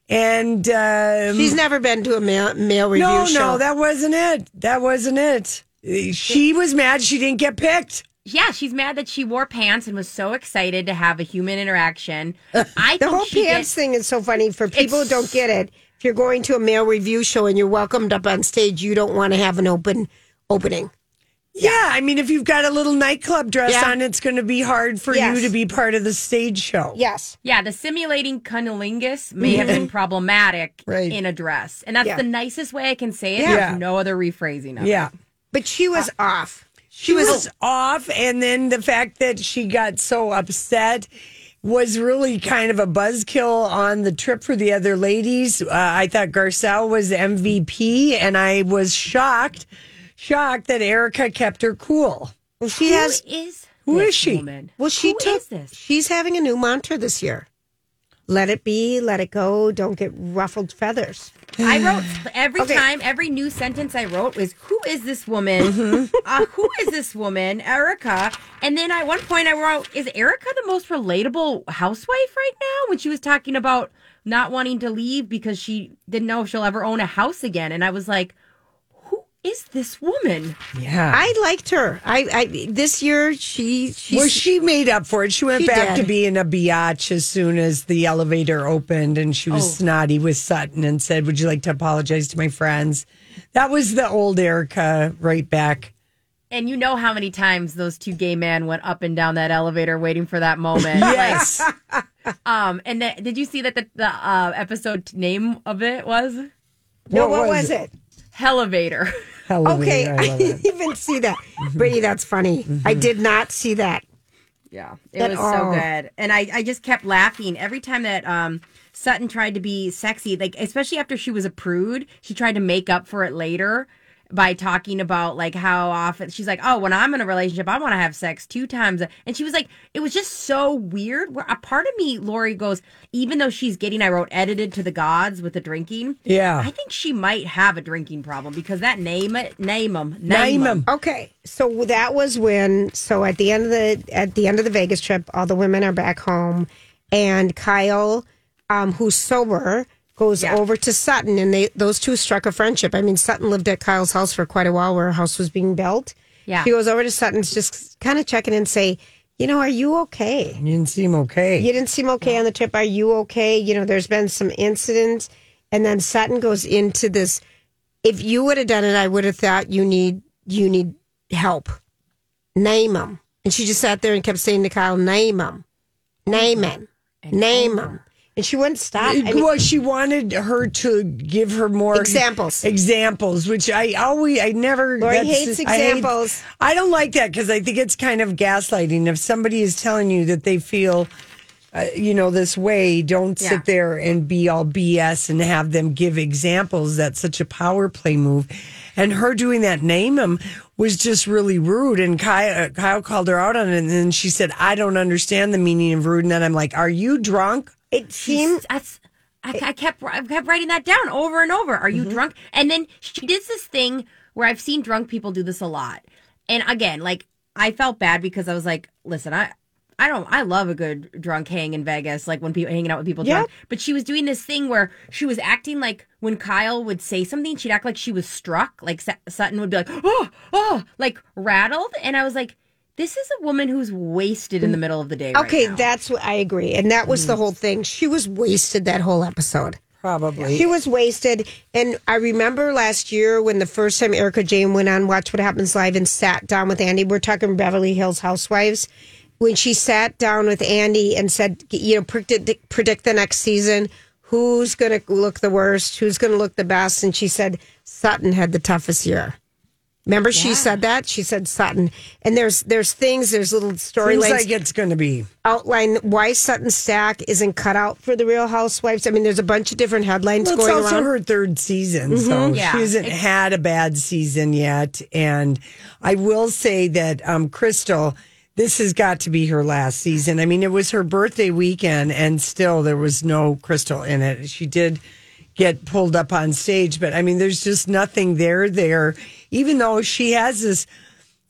Speaker 2: and um,
Speaker 1: She's never been to a male, male review
Speaker 2: no,
Speaker 1: show.
Speaker 2: no, that wasn't it. That wasn't it. Uh, She was mad she didn't get picked.
Speaker 7: Yeah, she's mad that she wore pants and was so excited to have a human interaction. I
Speaker 1: The
Speaker 7: think
Speaker 1: whole
Speaker 7: Oh, she
Speaker 1: pants
Speaker 7: did-
Speaker 1: thing is so funny for people who don't get it. If you're going to a male review show and you're welcomed up on stage, you don't want to have an open opening.
Speaker 2: Yeah, I mean, if you've got a little nightclub dress
Speaker 1: Yeah.
Speaker 2: on, it's going to be hard for
Speaker 1: Yes.
Speaker 2: you to be part of the stage show.
Speaker 1: Yes.
Speaker 7: Yeah, the simulating cunnilingus may have been problematic
Speaker 2: Right.
Speaker 7: in a dress, and that's
Speaker 1: Yeah.
Speaker 7: the nicest way I can say it.
Speaker 2: Yeah.
Speaker 7: There's no other rephrasing of it.
Speaker 2: Yeah.
Speaker 1: But she was
Speaker 7: Uh,
Speaker 1: off.
Speaker 2: She was off, and then the fact that she got so upset was really kind of a buzzkill on the trip for the other ladies. Uh, I thought Garcelle was MVP, and I was shocked, shocked that Erica kept her cool.
Speaker 1: Well, she
Speaker 7: Who
Speaker 1: has.
Speaker 7: is
Speaker 2: Who
Speaker 7: this
Speaker 2: is she?
Speaker 7: Woman?
Speaker 1: Well, she
Speaker 7: Who
Speaker 1: took.
Speaker 7: is this?
Speaker 1: She's having a new mantra this year. Let it be. Let it go. Don't get ruffled feathers.
Speaker 7: I wrote every
Speaker 1: Okay.
Speaker 7: time, every new sentence I wrote was, "Who is this woman? uh, who is this woman, Erica?" And then at one point, I wrote, "Is Erica the most relatable housewife right now?" When she was talking about not wanting to leave because she didn't know if she'll ever own a house again, and I was like, "Who is this woman?"
Speaker 2: Yeah.
Speaker 1: I liked her. I. I this year she. She's,
Speaker 2: well, she made up for it. She went
Speaker 1: She
Speaker 2: back
Speaker 1: did.
Speaker 2: to being a biatch as soon as the elevator opened, and she was
Speaker 1: Oh.
Speaker 2: snotty with Sutton and said, "Would you like to apologize to my friends?" That was the old Erica, right back.
Speaker 7: And you know how many times those two gay men went up and down that elevator waiting for that moment.
Speaker 2: Yes.
Speaker 7: Like, um, and the, did you see that the, the uh, episode name of it was
Speaker 1: no. What, was it?
Speaker 7: Elevator?
Speaker 1: Okay,
Speaker 2: Elevator, Mm-hmm. I
Speaker 1: I
Speaker 2: love it. Mm-hmm.
Speaker 1: didn't even see that. Brittany, that's funny. I did not see that.
Speaker 7: Yeah, it
Speaker 1: That-
Speaker 7: was
Speaker 1: oh.
Speaker 7: so good, and I, I just kept laughing every time that um Sutton tried to be sexy, like especially after she was a prude, she tried to make up for it later by talking about like how often she's like, oh, when I'm in a relationship, I want to have sex two times, a-" and she was like, it was just so weird. Where a part of me, Lori goes, even though she's getting, I wrote edited to the gods with the drinking.
Speaker 2: Yeah.
Speaker 7: I think she might have a drinking problem because that name it, name them,
Speaker 2: Name 'em.
Speaker 1: Okay, so that was when. So at the end of the at the end of the Vegas trip, all the women are back home, and Kyle, um, who's sober, goes over to Sutton, and they those two struck a friendship. I mean, Sutton lived at Kyle's house for quite a while, where her house was being built.
Speaker 7: Yeah.
Speaker 1: she goes over to Sutton's, just kind of checking and say, you know, are you okay?
Speaker 2: You didn't seem okay.
Speaker 1: you didn't seem okay on the trip. Are you okay? You know, there's been some incidents. And then Sutton goes into this. If you would have done it, I would have thought you need you need help. Name them. And she just sat there and kept saying to Kyle, name them, name them, name them. And she wouldn't stop. I mean,
Speaker 2: well, she wanted her to give her more
Speaker 1: Examples.
Speaker 2: Examples, which I always, I never.
Speaker 1: Lori
Speaker 2: that's-
Speaker 1: hates
Speaker 2: I hate-
Speaker 1: examples.
Speaker 2: I, don't like that because I think it's kind of gaslighting. If somebody is telling you that they feel, uh, you know, this way, don't
Speaker 7: Yeah.
Speaker 2: sit there and be all BS and have them give examples. That's such a power play move. And her doing that, name him, was just really rude. And Kyle, uh, Kyle called her out on it. And then she said, I don't understand the meaning of rude. And then I'm like, Are you drunk?
Speaker 1: it seemed
Speaker 7: That's. I, I kept I kept writing that down over and over. Are you drunk? And then she did this thing where I've seen drunk people do this a lot. And again, like I felt bad because I was like, listen, I I don't I love a good drunk hang in Vegas, like when people hanging out with people drunk. But she was doing this thing where she was acting like when Kyle would say something, she'd act like she was struck. Like Sut- Sutton would be like, oh oh, like rattled. And I was like, this is a woman who's wasted in the middle of the day. right
Speaker 1: okay.
Speaker 7: now.
Speaker 1: That's what I agree. And that was the whole thing. She was wasted that whole episode.
Speaker 2: Probably.
Speaker 1: She was wasted. And I remember last year when the first time Erica Jane went on Watch What Happens Live and sat down with Andy. We're talking Beverly Hills Housewives. When she sat down with Andy and said, you know, predict, predict the next season, who's going to look the worst, who's going to look the best. And she said, Sutton had the toughest year. Remember, she said that she said Sutton, and there's there's things there's little
Speaker 2: Seems
Speaker 1: storylines
Speaker 2: like it's going to be.
Speaker 1: outline why Sutton Stack isn't cut out for the Real Housewives. I mean, there's a bunch of different headlines
Speaker 2: Well, it's
Speaker 1: going
Speaker 2: also
Speaker 1: around. Mm-hmm.
Speaker 2: her third season, so
Speaker 7: Yeah.
Speaker 2: she hasn't
Speaker 7: It's-
Speaker 2: had a bad season yet. And I will say that um, Crystal, this has got to be her last season. I mean, it was her birthday weekend, and still there was no Crystal in it. She did get pulled up on stage, but I mean, there's just nothing there. There, even though she has this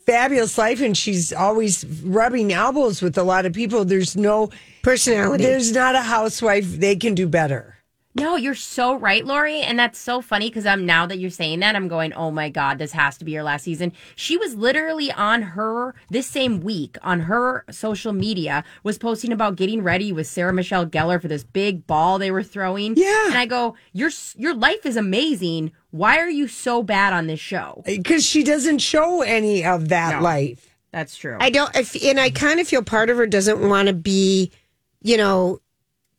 Speaker 2: fabulous life and she's always rubbing elbows with a lot of people, there's no
Speaker 1: Personality.
Speaker 2: There's not a housewife they can do better.
Speaker 7: No, you're so right, Lori, and that's so funny because I'm now that you're saying that, I'm going, oh my god, this has to be her last season. She was literally on her this same week on her social media was posting about getting ready with Sarah Michelle Gellar for this big ball they were throwing.
Speaker 2: Yeah.
Speaker 7: and I go, your s- your life is amazing. Why are you so bad on this show?
Speaker 2: because she doesn't show any of that life.
Speaker 7: That's true.
Speaker 1: I don't, if, and I kind of feel part of her doesn't want to be, you know,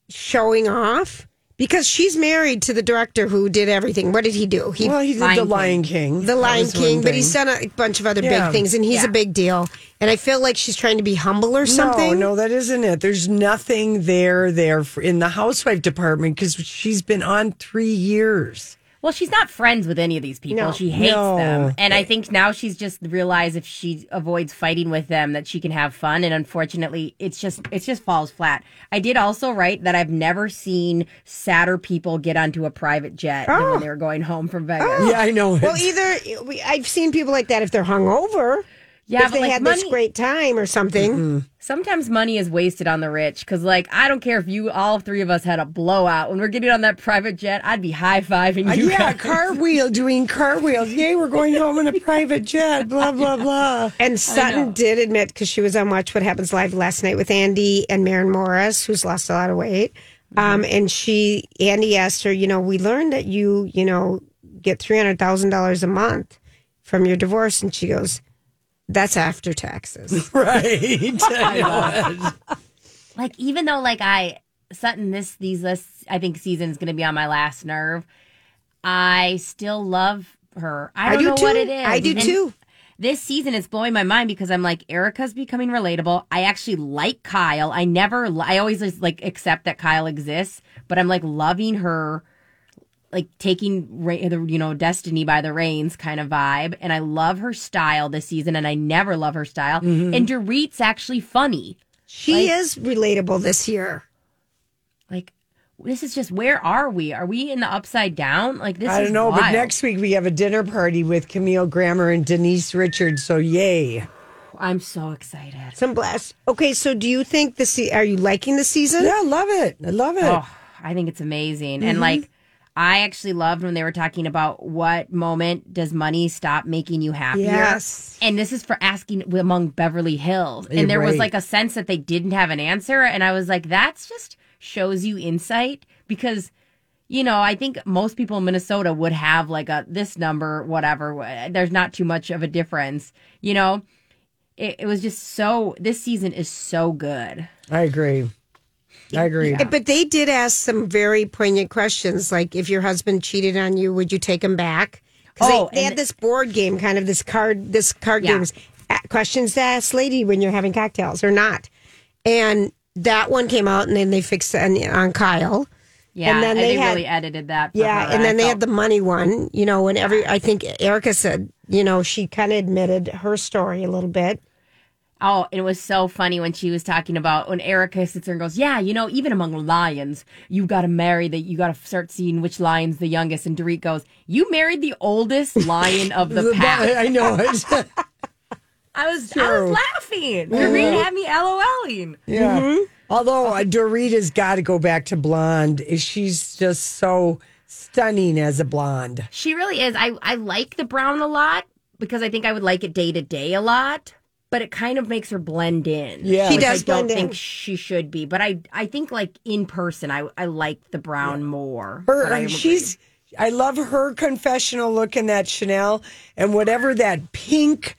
Speaker 1: showing off because she's married to the director who did everything. What did he do? He
Speaker 2: Well, he did
Speaker 7: Lion
Speaker 2: the
Speaker 7: King.
Speaker 2: Lion King,
Speaker 1: the
Speaker 2: That
Speaker 1: Lion
Speaker 2: was one
Speaker 1: King, but he's
Speaker 2: thing.
Speaker 1: done a bunch of other
Speaker 2: Yeah.
Speaker 1: big things, and he's a big deal. And I feel like she's trying to be humble or something.
Speaker 2: No, no, that isn't it. There's nothing there there for, in the housewife department because she's been on three years.
Speaker 7: Well, she's not friends with any of these people.
Speaker 1: No.
Speaker 7: she hates
Speaker 2: No.
Speaker 7: them. And I think now she's just realized if she avoids fighting with them that she can have fun and unfortunately it's just it just falls flat. I did also write that I've never seen sadder people get onto a private jet than
Speaker 2: Oh.
Speaker 7: when they were going home from Vegas.
Speaker 2: Yeah, I know.
Speaker 1: Well,
Speaker 2: it.
Speaker 1: either we, I've seen people like that if they're hungover,
Speaker 7: Yeah,
Speaker 1: if
Speaker 7: but
Speaker 1: they
Speaker 7: like
Speaker 1: had
Speaker 7: money,
Speaker 1: this great time or something.
Speaker 7: sometimes money is wasted on the rich cuz like I don't care if you all three of us had a blowout when we're getting on that private jet, I'd be high-fiving you.
Speaker 2: Uh, yeah,
Speaker 7: guys.
Speaker 2: car wheel doing car wheels. Yay, we're going home in a private jet. Blah blah blah.
Speaker 1: And Sutton did admit because she was on Watch What Happens Live last night with Andy and Maren Morris, who's lost a lot of weight. Um, and she, Andy asked her, you know, we learned that you, you know, get three hundred thousand dollars a month from your divorce, and she goes, "That's after taxes."
Speaker 2: Right.
Speaker 7: like even though like I Sutton this these lists I think season's gonna be on my last nerve. I still love her. I don't
Speaker 1: do
Speaker 7: know
Speaker 1: too.
Speaker 7: what it is.
Speaker 1: I do
Speaker 7: And
Speaker 1: too.
Speaker 7: This season it's blowing my mind because I'm like Erica's becoming relatable. I actually like Kyle. I never li- I always just, like accept that Kyle exists, but I'm like loving her like taking ra- the you know destiny by the reins kind of vibe and I love her style this season and I never love her style
Speaker 1: Mm-hmm.
Speaker 7: and Dorit's actually funny.
Speaker 1: She is relatable this year.
Speaker 7: like this is just where are we? Are we in the upside down? Like this
Speaker 2: I
Speaker 7: is
Speaker 2: don't know, but
Speaker 7: wild.
Speaker 2: next week we have a dinner party with Camille Grammer and Denise Richards. So yay.
Speaker 7: I'm so excited.
Speaker 1: Some blast. Okay, so do you think the se- are you liking the season? Oh,
Speaker 2: Yeah, love it. I love it.
Speaker 1: Mm-hmm.
Speaker 7: Oh, I think it's amazing. And like I actually loved when they were talking about what moment does money stop making you happy.
Speaker 1: Yes.
Speaker 7: And this is for asking among Beverly Hills.
Speaker 2: You're
Speaker 7: And there was
Speaker 2: right.
Speaker 7: like a sense that they didn't have an answer. And I was like, that's just shows you insight because, you know, I think most people in Minnesota would have like a this number, whatever. wh- There's not too much of a difference, you know? It, it was just so, this season is so good.
Speaker 2: I agree. I agree.
Speaker 1: But they did ask some very poignant questions, like if your husband cheated on you, would you take him back? 'Cause
Speaker 7: Oh,
Speaker 1: they, they
Speaker 7: and
Speaker 1: had this board game, kind of this card, this card
Speaker 7: Yeah.
Speaker 1: games uh, questions to ask lady when you're having cocktails or not, and that one came out, and then they fixed it on, on Kyle.
Speaker 7: Yeah.
Speaker 1: And
Speaker 7: And
Speaker 1: then they had-
Speaker 7: really edited that. for
Speaker 1: Yeah,
Speaker 7: her,
Speaker 1: and
Speaker 7: I
Speaker 1: then they had
Speaker 7: felt.
Speaker 1: the money one, you know, when every I think Erica said, you know, she kind of admitted her story a little bit.
Speaker 7: Oh, it was so funny when she was talking about when Erica sits there and goes, "Yeah, you know, even among lions, you got to marry the you got to start seeing which lion's the youngest." And Dorit goes, "You married the oldest lion of the pack."
Speaker 2: I know it.
Speaker 7: I was I was laughing. Dorit had me LOLing.
Speaker 2: yeah. Although uh, Dorita's got to go back to blonde. She's just so stunning as a blonde.
Speaker 7: She really is. I I like the brown a lot because I think I would like it day to day a lot, but it kind of makes her blend in.
Speaker 2: Yeah. She
Speaker 7: which
Speaker 1: does
Speaker 7: I don't
Speaker 1: blend in.
Speaker 7: think she should be, but I I think like in person, I I like the brown more.
Speaker 2: Her, um,
Speaker 7: but I am
Speaker 2: she's. I love her confessional look in that Chanel and whatever that pink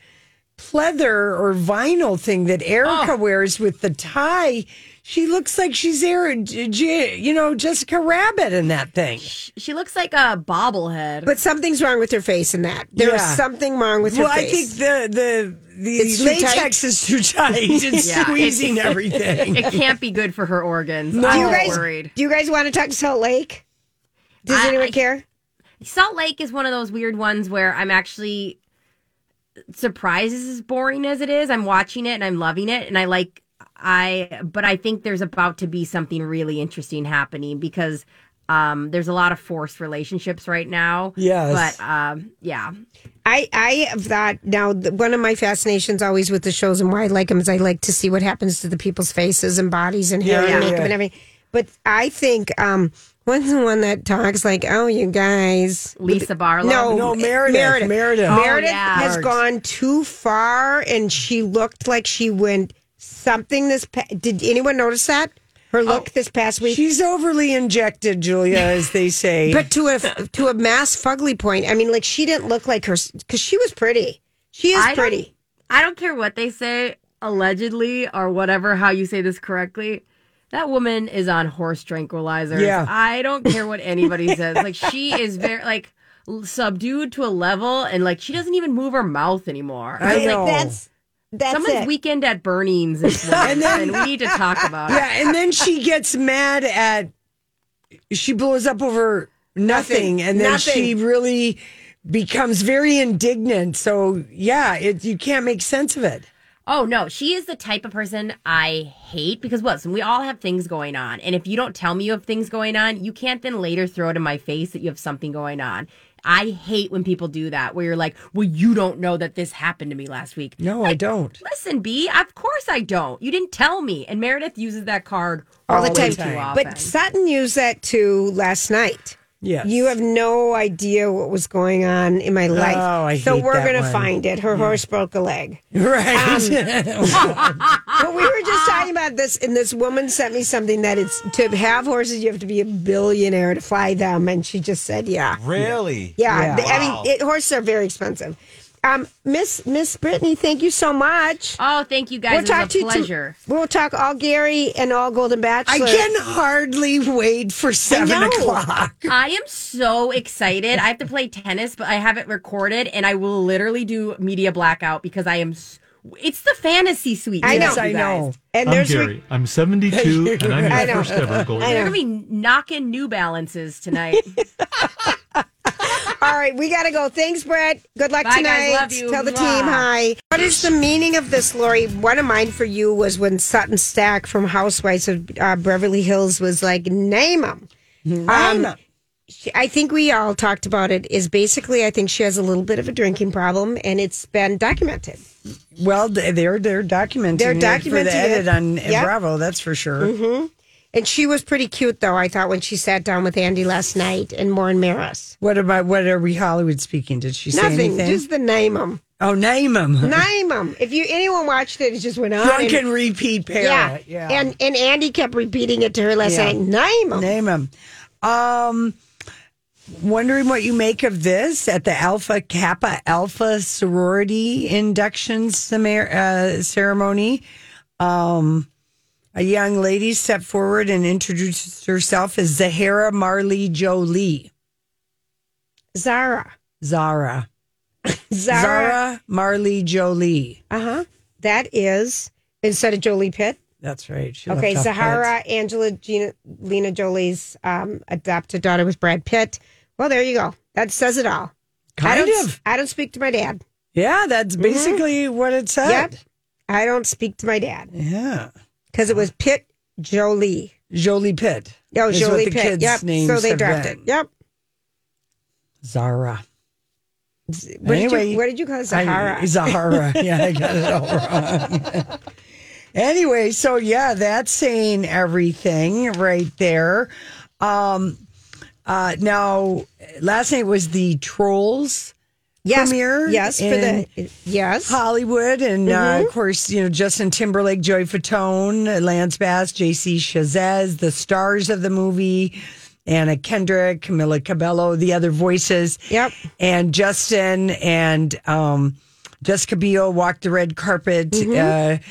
Speaker 2: pleather or vinyl thing that
Speaker 7: Oh.
Speaker 2: Erica wears with the tie. She looks like she's Eric, you know, Jessica Rabbit in that thing.
Speaker 7: She looks like a bobblehead.
Speaker 1: But something's wrong with her face in that. There's
Speaker 2: Yeah.
Speaker 1: something wrong with her
Speaker 2: Well, I
Speaker 1: face.
Speaker 2: think the the the
Speaker 1: It's too
Speaker 2: latex is too tight. It's
Speaker 7: Yeah.
Speaker 2: squeezing everything.
Speaker 7: it can't be good for her organs.
Speaker 2: No.
Speaker 7: I'm
Speaker 2: You
Speaker 1: guys-
Speaker 7: worried.
Speaker 1: Do you guys want to talk Salt Lake? Does
Speaker 7: I-
Speaker 1: anyone
Speaker 7: I-
Speaker 1: care?
Speaker 7: Salt Lake is one of those weird ones where I'm actually surprised it's as boring as it is. I'm watching it and I'm loving it and I like I but I think there's about to be something really interesting happening because um there's a lot of forced relationships right now.
Speaker 2: Yes.
Speaker 7: But um yeah.
Speaker 1: I, I have thought now th- one of my fascinations always with the shows and why I like them is I like to see what happens to the people's faces and bodies and hair
Speaker 2: Yeah,
Speaker 1: and
Speaker 2: yeah,
Speaker 1: makeup
Speaker 2: yeah.
Speaker 1: and everything. But I think um, when's the one that talks like, oh, you guys.
Speaker 7: Lisa Barlow.
Speaker 1: No,
Speaker 2: No, Meredith,
Speaker 1: Meredith.
Speaker 2: Meredith. Oh,
Speaker 1: Meredith
Speaker 7: yeah.
Speaker 1: has
Speaker 2: Marks.
Speaker 1: gone too far and she looked like she went something this pa- Did anyone notice that? Her look
Speaker 7: Oh,
Speaker 1: this past week?
Speaker 2: She's overly injected, Julia, as they say.
Speaker 1: But to a to a mass fugly point, I mean, like she didn't look like her because she was pretty. She is
Speaker 7: I don't-
Speaker 1: pretty.
Speaker 7: I don't care what they say, allegedly or whatever, how you say this correctly. That woman is on horse tranquilizers.
Speaker 2: Yeah.
Speaker 7: I don't care what anybody says. Like she is very like l- subdued to a level, and like she doesn't even move her mouth anymore.
Speaker 2: I know.
Speaker 1: That's that's
Speaker 7: Someone's
Speaker 1: it.
Speaker 7: weekend at Burnings is woman, and, we need to talk about it.
Speaker 2: yeah, and then she gets mad at. She blows up over nothing,
Speaker 1: Nothing.
Speaker 2: and then
Speaker 1: Nothing.
Speaker 2: she really becomes very indignant. So yeah, it, you can't make sense of it.
Speaker 7: Oh no, she is the type of person I hate because what? So we all have things going on, and if you don't tell me you have things going on, you can't then later throw it in my face that you have something going on. I hate when people do that, where you're like, "Well, you don't know that this happened to me last week."
Speaker 2: No, I don't.
Speaker 7: Listen, B, of course I don't. You didn't tell me. And Meredith uses that card
Speaker 1: all the
Speaker 7: way
Speaker 1: time.
Speaker 7: Too often.
Speaker 1: But Sutton used that too last night.
Speaker 2: Yes. Oh,
Speaker 1: You have no idea what was going on in my life.
Speaker 2: I
Speaker 1: so
Speaker 2: hate
Speaker 1: we're
Speaker 2: that
Speaker 1: gonna
Speaker 2: one.
Speaker 1: find it. Her horse broke a leg.
Speaker 2: right.
Speaker 1: But we were just talking about this, and this woman sent me something that it's to have horses, you have to be a billionaire to fly them, and she just said, "Yeah,
Speaker 8: Really?
Speaker 1: yeah."
Speaker 2: Yeah.
Speaker 1: I mean, it, horses are very expensive. Um, Miss Miss Brittany, thank you so much.
Speaker 7: oh, thank you guys. it was a
Speaker 1: to you to-
Speaker 7: pleasure.
Speaker 1: we'll talk all Gary and all Golden Bachelor.
Speaker 2: I can hardly wait for seven
Speaker 1: know.
Speaker 2: o'clock.
Speaker 7: I am so excited. I have to play tennis, but I have it recorded, and I will literally do media blackout because I am. s it's the fantasy suite.
Speaker 1: I know.
Speaker 7: tonight,
Speaker 2: Yes, I
Speaker 7: you guys.
Speaker 2: know.
Speaker 1: And
Speaker 10: I'm
Speaker 1: there's re-
Speaker 10: Gary. I'm 72, and I'm
Speaker 1: I
Speaker 10: your
Speaker 1: know.
Speaker 10: first ever gold.
Speaker 1: I know.
Speaker 7: They're gonna be knocking New Balances tonight.
Speaker 1: all right, we gotta go. Thanks, Brett. Good luck
Speaker 7: Bye, guys.
Speaker 1: tonight.
Speaker 7: Love you.
Speaker 1: Tell the
Speaker 7: Mwah.
Speaker 1: team hi. What is the meaning of this, Lori? One of mine for you was when Sutton Stack from Housewives of uh, Beverly Hills was like, "Name them." Um, she- I think we all talked about it. Is basically, I think she has a little bit of a drinking problem, and it's been documented.
Speaker 2: Well, they're they're documenting.
Speaker 1: They're
Speaker 2: it Mm-hmm. for
Speaker 1: documenting
Speaker 2: the edit
Speaker 1: it.
Speaker 2: on
Speaker 1: Yep.
Speaker 2: Bravo. That's for sure.
Speaker 1: And she was pretty cute, though, I thought, when she sat down with Andy last night and Warren Maris.
Speaker 2: What about what are we Hollywood speaking? Did she say
Speaker 1: Nothing,
Speaker 2: anything?
Speaker 1: just the name them.
Speaker 2: oh, name them.
Speaker 1: Name them. If you anyone watched it, it just went on. and-
Speaker 2: Drunken repeat
Speaker 1: yeah.
Speaker 2: parrot. Yeah.
Speaker 1: And and Andy kept repeating it to her last
Speaker 2: Yeah.
Speaker 1: night. Name them.
Speaker 2: Name him. Um, wondering what you make of this at the Alpha Kappa Alpha sorority induction cemer- uh, ceremony. Um, a young lady stepped forward and introduced herself as Zahara Marley Jolie.
Speaker 1: Zara.
Speaker 2: Zara.
Speaker 1: Zara.
Speaker 2: Zara Marley Jolie.
Speaker 1: Uh huh. That is instead of Jolie Pitt.
Speaker 2: That's right. She
Speaker 1: Okay,
Speaker 2: left off
Speaker 1: Zahara
Speaker 2: Pitt.
Speaker 1: Angela Gina, Lena Jolie's um, adopted daughter was Brad Pitt. Well, there you go. That says it all. I
Speaker 2: Kind
Speaker 1: don't,
Speaker 2: of.
Speaker 1: I don't speak to my dad.
Speaker 2: Yeah, that's basically what it said.
Speaker 1: Yep. I don't speak to my dad
Speaker 2: Yeah.
Speaker 1: because it was Pitt Jolie.
Speaker 2: Jolie Pitt.
Speaker 1: Oh,
Speaker 2: Uh-huh. is what
Speaker 1: Jolie
Speaker 2: the
Speaker 1: Pitt.
Speaker 2: kids'
Speaker 1: yep.
Speaker 2: names
Speaker 1: so they
Speaker 2: have
Speaker 1: dropped
Speaker 2: been.
Speaker 1: it. Yep.
Speaker 2: Zara.
Speaker 1: What, did
Speaker 2: Anyway,
Speaker 1: you, what did you call it? Zahara?
Speaker 2: I, Zahara. Yeah, I got it all wrong. anyway, so yeah, that's saying everything right there. Um, uh, now, last night was the Trolls
Speaker 1: yes.
Speaker 2: premiere
Speaker 1: Yes. For
Speaker 2: in
Speaker 1: the yes.
Speaker 2: Hollywood, and uh, of course, you know Justin Timberlake, Joy Fatone, Lance Bass, J.C. Chazez, the stars of the movie, Anna Kendrick, Camila Cabello, the other voices.
Speaker 1: Yep.
Speaker 2: And Justin and um, Jessica Biel walked the red carpet,
Speaker 8: Mm-hmm.
Speaker 2: uh,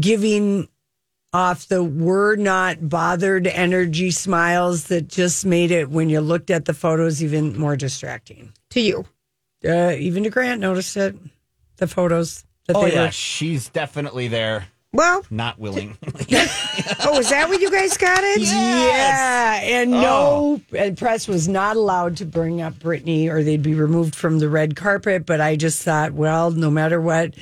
Speaker 2: giving off the "we're not bothered" energy, smiles that just made it when you looked at the photos even more distracting
Speaker 1: To you.
Speaker 2: uh, even to Grant noticed it. The photos that
Speaker 8: Oh
Speaker 2: they
Speaker 8: yeah,
Speaker 2: were.
Speaker 8: she's definitely there,
Speaker 1: Well,
Speaker 8: not willing.
Speaker 1: oh, is that what you guys got it?
Speaker 2: Yeah, and
Speaker 8: Oh.
Speaker 2: no, and press was not allowed to bring up Britney, or they'd be removed from the red carpet. But I just thought, well, no matter what,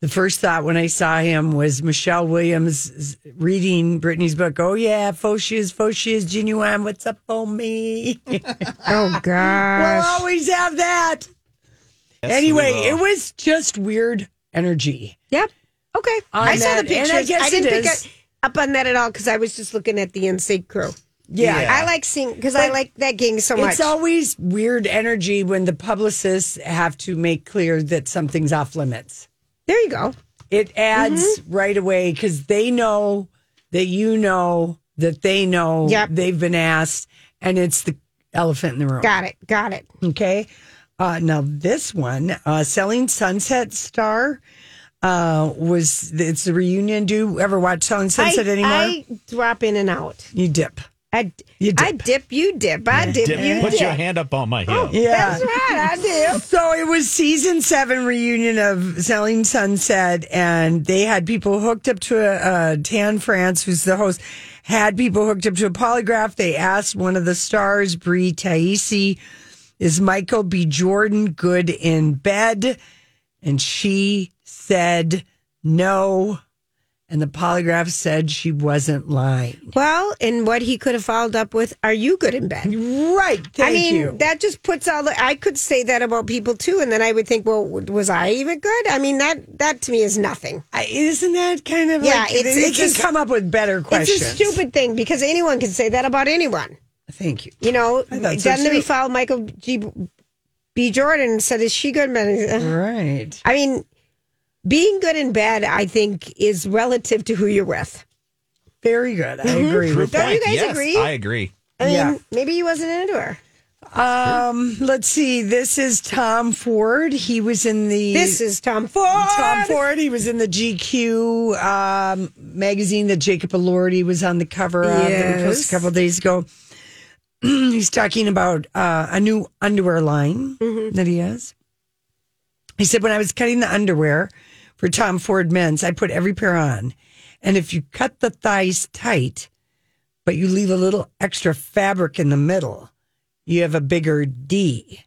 Speaker 2: the first thought when I saw him was Michelle Williams reading Britney's book. Oh yeah, faux shoes, faux shoes, genuine. What's up, oh me?
Speaker 1: Oh
Speaker 2: we'll
Speaker 1: gosh.
Speaker 2: always have that.
Speaker 8: Yes,
Speaker 2: anyway,
Speaker 8: we
Speaker 2: it
Speaker 8: will.
Speaker 2: was just weird energy.
Speaker 1: Yep. Okay.
Speaker 2: On
Speaker 1: I saw
Speaker 2: that,
Speaker 1: the pictures.
Speaker 2: and I guess
Speaker 1: didn't
Speaker 2: it
Speaker 1: pick
Speaker 2: is.
Speaker 1: up- up on that at all because I was just looking at the NSYNC crew.
Speaker 2: yeah.
Speaker 1: I like seeing because I like that gang so much.
Speaker 2: It's always weird energy when the publicists have to make clear that something's off limits.
Speaker 1: there you go.
Speaker 2: It adds
Speaker 1: Mm-hmm.
Speaker 2: right away because they know that you know that they know
Speaker 1: Yep.
Speaker 2: they've been asked, and it's the elephant in the room.
Speaker 1: Got it. Got it.
Speaker 2: Okay. Uh, now this one, uh, selling Sunset Star, uh, was it's the reunion. Do you ever watch Selling Sunset
Speaker 1: I,
Speaker 2: anymore?
Speaker 1: I drop in and out.
Speaker 2: you dip.
Speaker 1: I, d-
Speaker 2: You dip.
Speaker 1: I dip. You dip. I dip.
Speaker 8: Dip-
Speaker 1: You
Speaker 8: put
Speaker 1: dip.
Speaker 8: your hand up on my heel.
Speaker 2: Yeah.
Speaker 1: That's right. I do.
Speaker 2: So it was season seven reunion of Selling Sunset, and they had people hooked up to a, uh Tan France, who's the host, had people hooked up to a polygraph. They asked one of the stars, Brie Taisi, is Michael B. Jordan good in bed? And she said no. And the polygraph said she wasn't lying.
Speaker 1: Well, and what he could have followed up with, are you good in bed?
Speaker 2: Right. Thank
Speaker 1: I mean,
Speaker 2: you.
Speaker 1: that just puts all the. I could say that about people too, and then I would think, well, w- was I even good? I mean, that that to me is nothing.
Speaker 2: I- Isn't that kind of
Speaker 1: Yeah,
Speaker 2: like
Speaker 1: it's-
Speaker 2: they
Speaker 1: it's
Speaker 2: can
Speaker 1: just-
Speaker 2: come up with better questions?
Speaker 1: It's a stupid thing because anyone can say that about anyone.
Speaker 2: Thank you.
Speaker 1: You know,
Speaker 2: I
Speaker 1: then
Speaker 2: thought so,
Speaker 1: we
Speaker 2: too.
Speaker 1: followed Michael G. B. Jordan and said, "Is she good?" in bed?"
Speaker 2: Right.
Speaker 1: I mean, being good in bed, I think, is relative to who you're with.
Speaker 2: Very good. I agree with
Speaker 1: Don't
Speaker 2: that.
Speaker 1: you guys
Speaker 8: yes,
Speaker 1: agree?
Speaker 8: I agree.
Speaker 1: I mean,
Speaker 2: Yeah.
Speaker 1: maybe he wasn't into her.
Speaker 2: Um, let's see. This is Tom Ford. He was in the
Speaker 1: This is Tom Ford.
Speaker 2: Tom Ford. He was in the GQ um, magazine that Jacob Elordi was on the cover of that we posted
Speaker 1: Yes.
Speaker 2: a couple days ago. He's talking about uh, a new underwear line that he has. He said, "When I was cutting the underwear for Tom Ford men's, I put every pair on, and if you cut the thighs tight, but you leave a little extra fabric in the middle, you have a bigger D."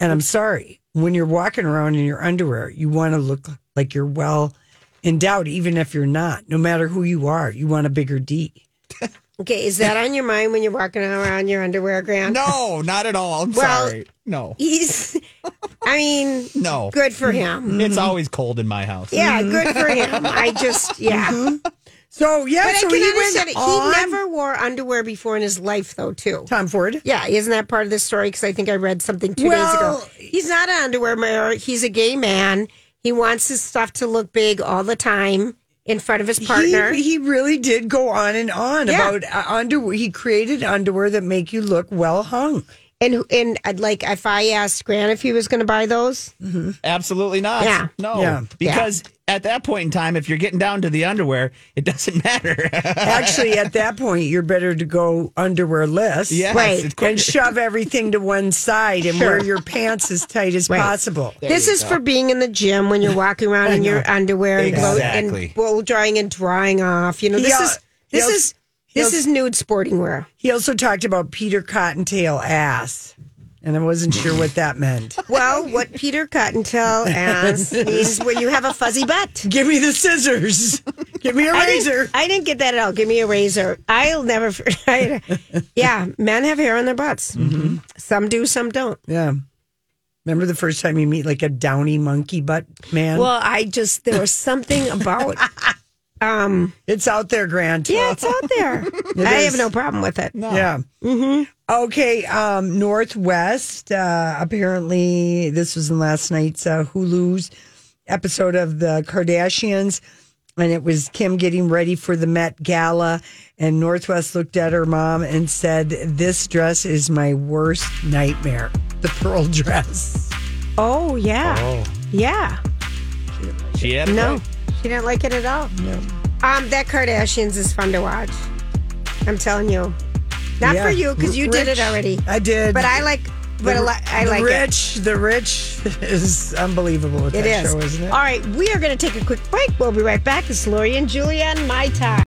Speaker 2: And I'm sorry, when you're walking around in your underwear, you want to look like you're well endowed, even if you're not. No matter who you are, you want a bigger D.
Speaker 1: Okay, is that on your mind when you're walking around in your underwear, Grant?
Speaker 8: No, not at all. I'm
Speaker 1: Well-
Speaker 8: sorry. No,
Speaker 1: He's, I mean,
Speaker 2: Mm-hmm.
Speaker 8: no.
Speaker 1: good for him.
Speaker 8: mm-hmm. It's always cold in my house.
Speaker 1: Yeah, good for him. I just, yeah.
Speaker 2: So yeah,
Speaker 1: But
Speaker 2: so
Speaker 1: I can
Speaker 2: Mm-hmm. he
Speaker 1: understand
Speaker 2: went
Speaker 1: it.
Speaker 2: on.
Speaker 1: He never wore underwear before in his life, though, too.
Speaker 2: Tom Ford.
Speaker 1: Yeah, isn't that part of the story? Because I think I read something two days
Speaker 2: Well-
Speaker 1: ago. He's not an underwear wearer. He's a gay man. He wants his stuff to look big all the time in front of his partner.
Speaker 2: He, he really did go on and on
Speaker 1: Yeah.
Speaker 2: about uh, underwear. He created underwear that make you look well hung.
Speaker 1: and and I'd like if I asked Grant if he was going to buy those,
Speaker 8: Absolutely not.
Speaker 1: Yeah.
Speaker 8: No.
Speaker 2: Yeah.
Speaker 8: Because at that point in time, if you're getting down to the underwear, it doesn't matter.
Speaker 2: Actually, at that point, you're better to go underwearless.
Speaker 8: yes.
Speaker 1: Right.
Speaker 8: it's quicker.
Speaker 2: And shove everything to one side and wear your pants as tight as
Speaker 1: Right.
Speaker 2: possible.
Speaker 1: this is for being in the gym when you're walking around in your underwear and blow-
Speaker 8: Exactly.
Speaker 1: and blow drying and drying off. You know, this
Speaker 2: Yeah.
Speaker 1: is this
Speaker 2: He'll-
Speaker 1: is this is nude sporting wear.
Speaker 2: He also talked about Peter Cottontail ass, and I wasn't sure what that meant.
Speaker 1: Well, what Peter Cottontail asks means when you have a fuzzy butt.
Speaker 2: Give me the scissors. Give me a
Speaker 1: I didn't-
Speaker 2: razor.
Speaker 1: I didn't get that at all. Give me a razor. I'll never. for- I, yeah, men have hair on their butts. Some do, some don't.
Speaker 2: Yeah. Remember the first time you meet like a downy monkey butt man?
Speaker 1: Well, I just there was something about. Um.
Speaker 2: it's out there, Grant.
Speaker 1: Yeah, it's out there. I have no problem with it.
Speaker 2: Yeah. Mm-hmm. Okay. Um, Northwest. Uh, apparently, this was in last night's uh, Hulu's episode of the Kardashians, and it was Kim getting ready for the Met Gala, and Northwest looked at her mom and said, "This dress is my worst nightmare. The pearl dress."
Speaker 1: Oh yeah, yeah.
Speaker 8: She had a
Speaker 1: No,
Speaker 8: point.
Speaker 1: she didn't like it at all. No. Um, that Kardashians is fun to watch. I'm telling you, not
Speaker 2: Yeah.
Speaker 1: for you because you did it
Speaker 2: Rich.
Speaker 1: already.
Speaker 2: I did,
Speaker 1: But I like. But a lot, I
Speaker 2: the
Speaker 1: like it.
Speaker 2: rich. The rich is unbelievable with
Speaker 1: It
Speaker 2: that
Speaker 1: is.
Speaker 2: show, isn't it?
Speaker 1: All right, we are going to take a quick break. We'll be right back. It's Lori and Julia on my time.